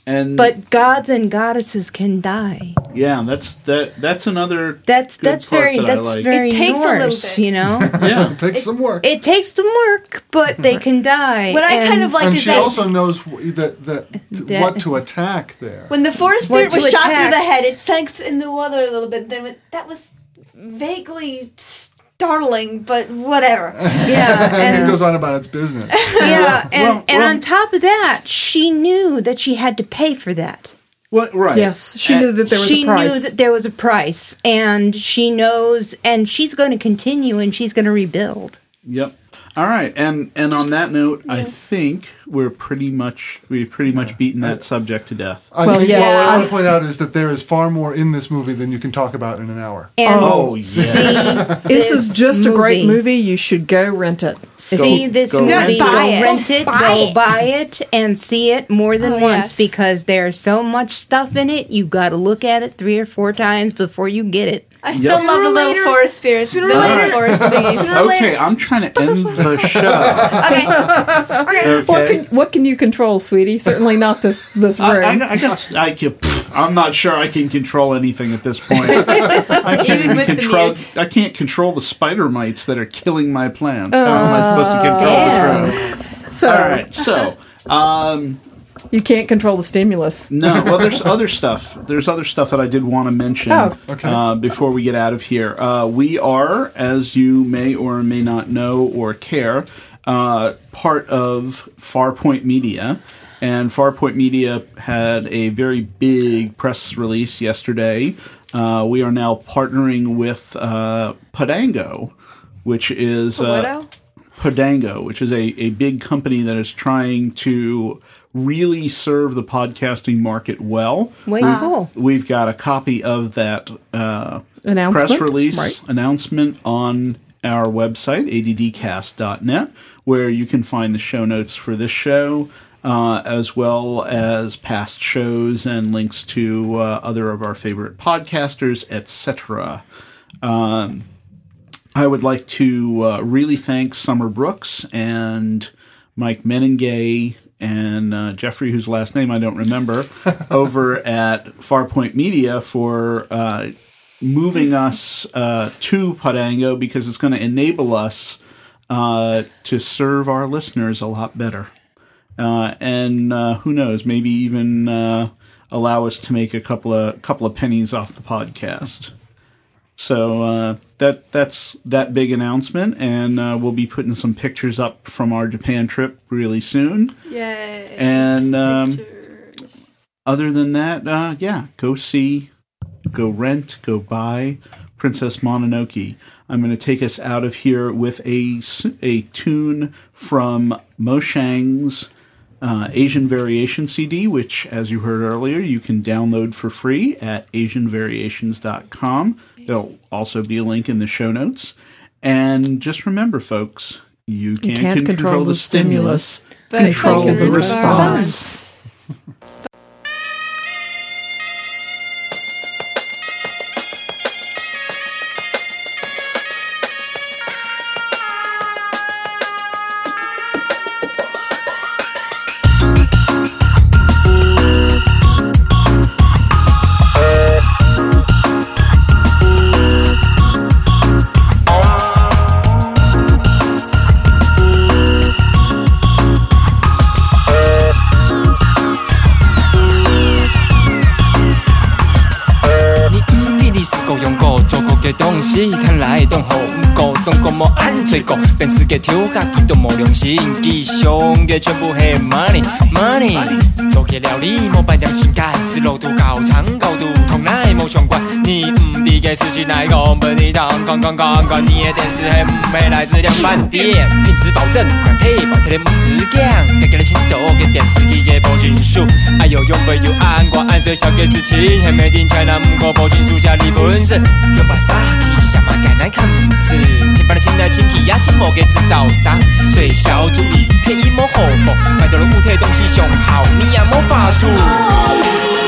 Speaker 1: And
Speaker 5: But gods and goddesses can die.
Speaker 1: yeah, that's that. That's another.
Speaker 5: That's
Speaker 1: good
Speaker 5: that's
Speaker 1: part
Speaker 5: very
Speaker 1: that I
Speaker 5: that's
Speaker 1: like.
Speaker 5: very
Speaker 1: It
Speaker 3: takes a little
Speaker 5: Norse,
Speaker 3: bit.
Speaker 5: you know.
Speaker 1: Yeah,
Speaker 4: it takes some work.
Speaker 5: It takes some work, but they can die.
Speaker 3: What I
Speaker 5: and-
Speaker 3: kind of liked
Speaker 4: and
Speaker 3: is
Speaker 4: she
Speaker 3: that-
Speaker 4: also knows w- that, that,
Speaker 5: That-
Speaker 4: what to attack there.
Speaker 3: When the forest
Speaker 5: When
Speaker 3: spirit
Speaker 5: to
Speaker 3: was shot through
Speaker 5: attack.
Speaker 3: the head, it sank in the water a little bit. Then went, that was vaguely startling, but whatever.
Speaker 5: yeah,
Speaker 4: and
Speaker 5: and-
Speaker 4: it goes on about its business.
Speaker 5: yeah, and,
Speaker 4: Well,
Speaker 5: and
Speaker 4: well-
Speaker 5: on top of that, she knew that she had to pay for that.
Speaker 1: What? Right.
Speaker 2: Yes, she knew that there was a
Speaker 5: she
Speaker 2: price.
Speaker 5: knew that there was a price, and she knows, and she's going to continue, and she's going to rebuild.
Speaker 1: Yep. All right, and and on that note, I think we're pretty much we pretty much beaten that subject to death.
Speaker 4: I think what I want to point out is that there is far more in this movie than you can talk about in an hour.
Speaker 5: And
Speaker 1: Oh, yeah.
Speaker 2: this, is just a great movie. You should go rent it.
Speaker 5: see this movie, go rent it, go buy it, and see it more than
Speaker 2: Oh,
Speaker 5: once
Speaker 2: yes.
Speaker 5: because there's so much stuff in it. You got to look at it three or four times before you get it.
Speaker 3: I still love the little forest spirits. The
Speaker 5: or
Speaker 3: little
Speaker 5: later-
Speaker 3: forest thieves.
Speaker 1: okay, I'm trying to end the show. Okay.
Speaker 2: What can what can you control, sweetie? Certainly not this this room.
Speaker 1: I, I got, I got, I can, pff, I'm not sure I can control anything at this point. I can't even control. I can't control the spider mites that are killing my plants. How am I supposed to control this room?
Speaker 2: So-
Speaker 1: all right, so um,
Speaker 2: you can't control the stimulus.
Speaker 1: no, well, there's other stuff. There's other stuff that I did want to mention
Speaker 2: Oh.
Speaker 1: uh, before we get out of here. Uh, we are, as you may or may not know or care, uh, part of Farpoint Media. And Farpoint Media had a very big press release yesterday. Uh, we are now partnering with uh, Podango, which is. Uh,
Speaker 3: Pawedo?
Speaker 1: Podango, which is a, a big company that is trying to really serve the podcasting market well.
Speaker 5: Way
Speaker 1: We've-
Speaker 5: cool.
Speaker 1: We've got a copy of that uh,
Speaker 2: Announcement?
Speaker 1: press release
Speaker 2: Right.
Speaker 1: announcement on our website, addcast.net, where you can find the show notes for this show. Uh, as well as past shows and links to uh, other of our favorite podcasters, etc. Um, I would like to uh, really thank Summer Brooks and Mike Menengay and uh, Jeffrey, whose last name I don't remember, over at Farpoint Media for uh, moving us uh, to Podango because it's going to enable us uh, to serve our listeners a lot better. Uh, and uh, who knows, maybe even uh, allow us to make a couple of couple of pennies off the podcast. So uh, that that's that big announcement, and uh, we'll be putting some pictures up from our Japan trip really soon.
Speaker 3: Yay.
Speaker 1: And um, other than that, uh, yeah, go see, go rent, go buy Princess Mononoke. I'm going to take us out of here with a s- a tune from Moshang's uh, Asian Variation CD, which, as you heard earlier, you can download for free at AsianVariations.com. There'll also be a link in the show notes. And just remember, folks, you can't, control, the stimulus.
Speaker 2: but control
Speaker 1: control
Speaker 2: the
Speaker 1: the
Speaker 2: response.
Speaker 1: response.
Speaker 13: 的东西，看来当好唔过，当讲无安做过，便是个跳甲去都无良心，其上嘅全部系 money money，做嘅料理无半点性感，是路途高长高度同乃无相关，你唔知嘅事情乃讲不你当讲讲讲讲，你的电视系唔系来自量贩店，品质保证，港铁保铁的木质匠，带给你青豆嘅电视机嘅保证书，哎呦用不有安我按水小嘅事情，系美定 China 唔过保证书加你本事，用把沙皮想嘛改难看不是，天把的清代清气压起某嘅制造商，最小主义便宜某后某，买到了物体东西上好，你也冇法度。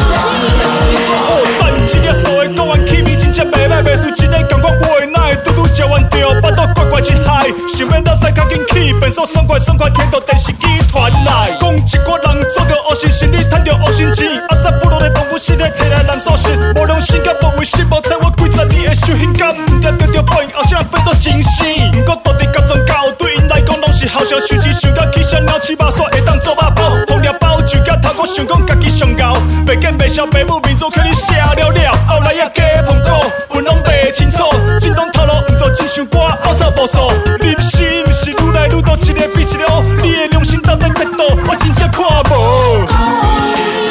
Speaker 14: 哦，知影所的讲完气味真正袂歹，袂输真诶感觉话哪会拄拄食完着，巴肚乖乖一嗨，想要哪使较紧去，变所爽快爽快，天到电视机传来，讲一个人做着黑心生理，趁着黑心钱，阿萨不落的动物实咧摕来难所实，无良心甲无为心，无采我几十年的修行感，毋定着着报应，后生变做真死，毋过到底甲总教对因来讲拢是好笑，想钱想到起身，鸟鼠肉煞会当做肉包，红了包就甲头壳想讲家己上高，袂见袂晓爸母面子叫你写了了，后来也加碰过，分拢袂清楚，真拢头路毋做真想歌，后操啊无数，你是啊毋是愈来愈多，一个比一个黑，你的良心到底在倒，我真正看无。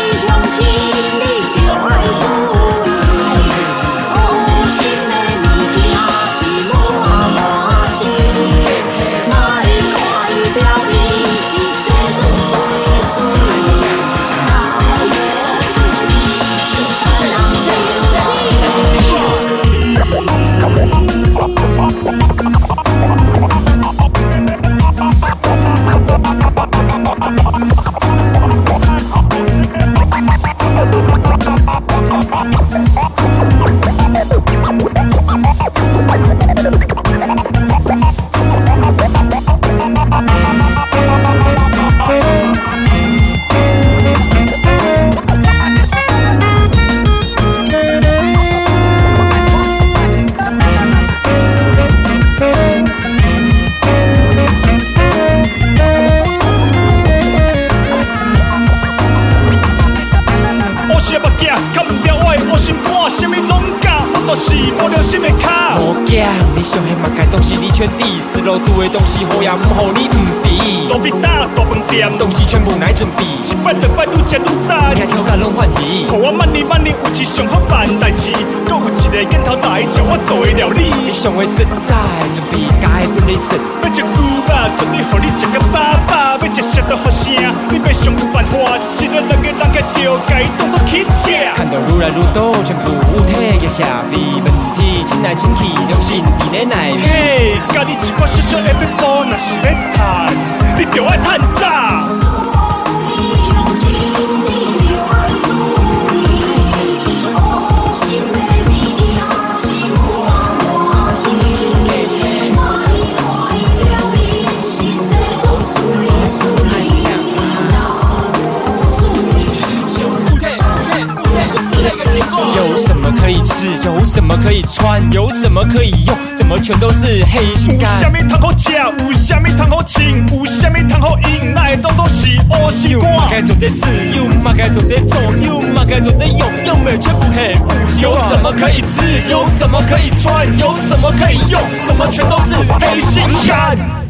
Speaker 14: 乌色目镜，看不了我的乌心看，什么拢假，我都是无良心的卡。
Speaker 13: 无惊，你想迄物件东西，你全抵死路拄的东西，好也毋好，你毋挃。
Speaker 14: 路边搭大饭店，
Speaker 13: 东西全部乃准备。一
Speaker 14: 摆两摆愈食愈早，
Speaker 13: 听跳甲拢欢喜。
Speaker 14: 互我慢哩慢哩有一上好办代志，搁有一个瘾头来将我做会了你。
Speaker 13: 你上的实在，准备该本的实。
Speaker 14: 要食牛肉，准你互你食个饱饱，要食啥都好声，你别上有办法，一个两个人个着，该当作乞食。
Speaker 13: 看到愈来愈多，全部有体的社会问题，真来真去，拢是伫咧内面。
Speaker 14: 嘿，家己一个小小的要补，若是要趁，你着爱趁早。
Speaker 13: 有什么可以吃？有什么可以穿？有什么可以用？怎么全都是黑心
Speaker 14: 有
Speaker 13: 肝
Speaker 14: 啥？物通好食，有啥物通好穿，有啥物通好用，哪会当作是乌心肝？
Speaker 13: 该做的事又嘛该做的做，又嘛该做的用，用的全部黑心
Speaker 14: 有
Speaker 13: 肝
Speaker 14: 什么可以吃？有什么可以穿？有什么可以用？怎么全都是黑心肝？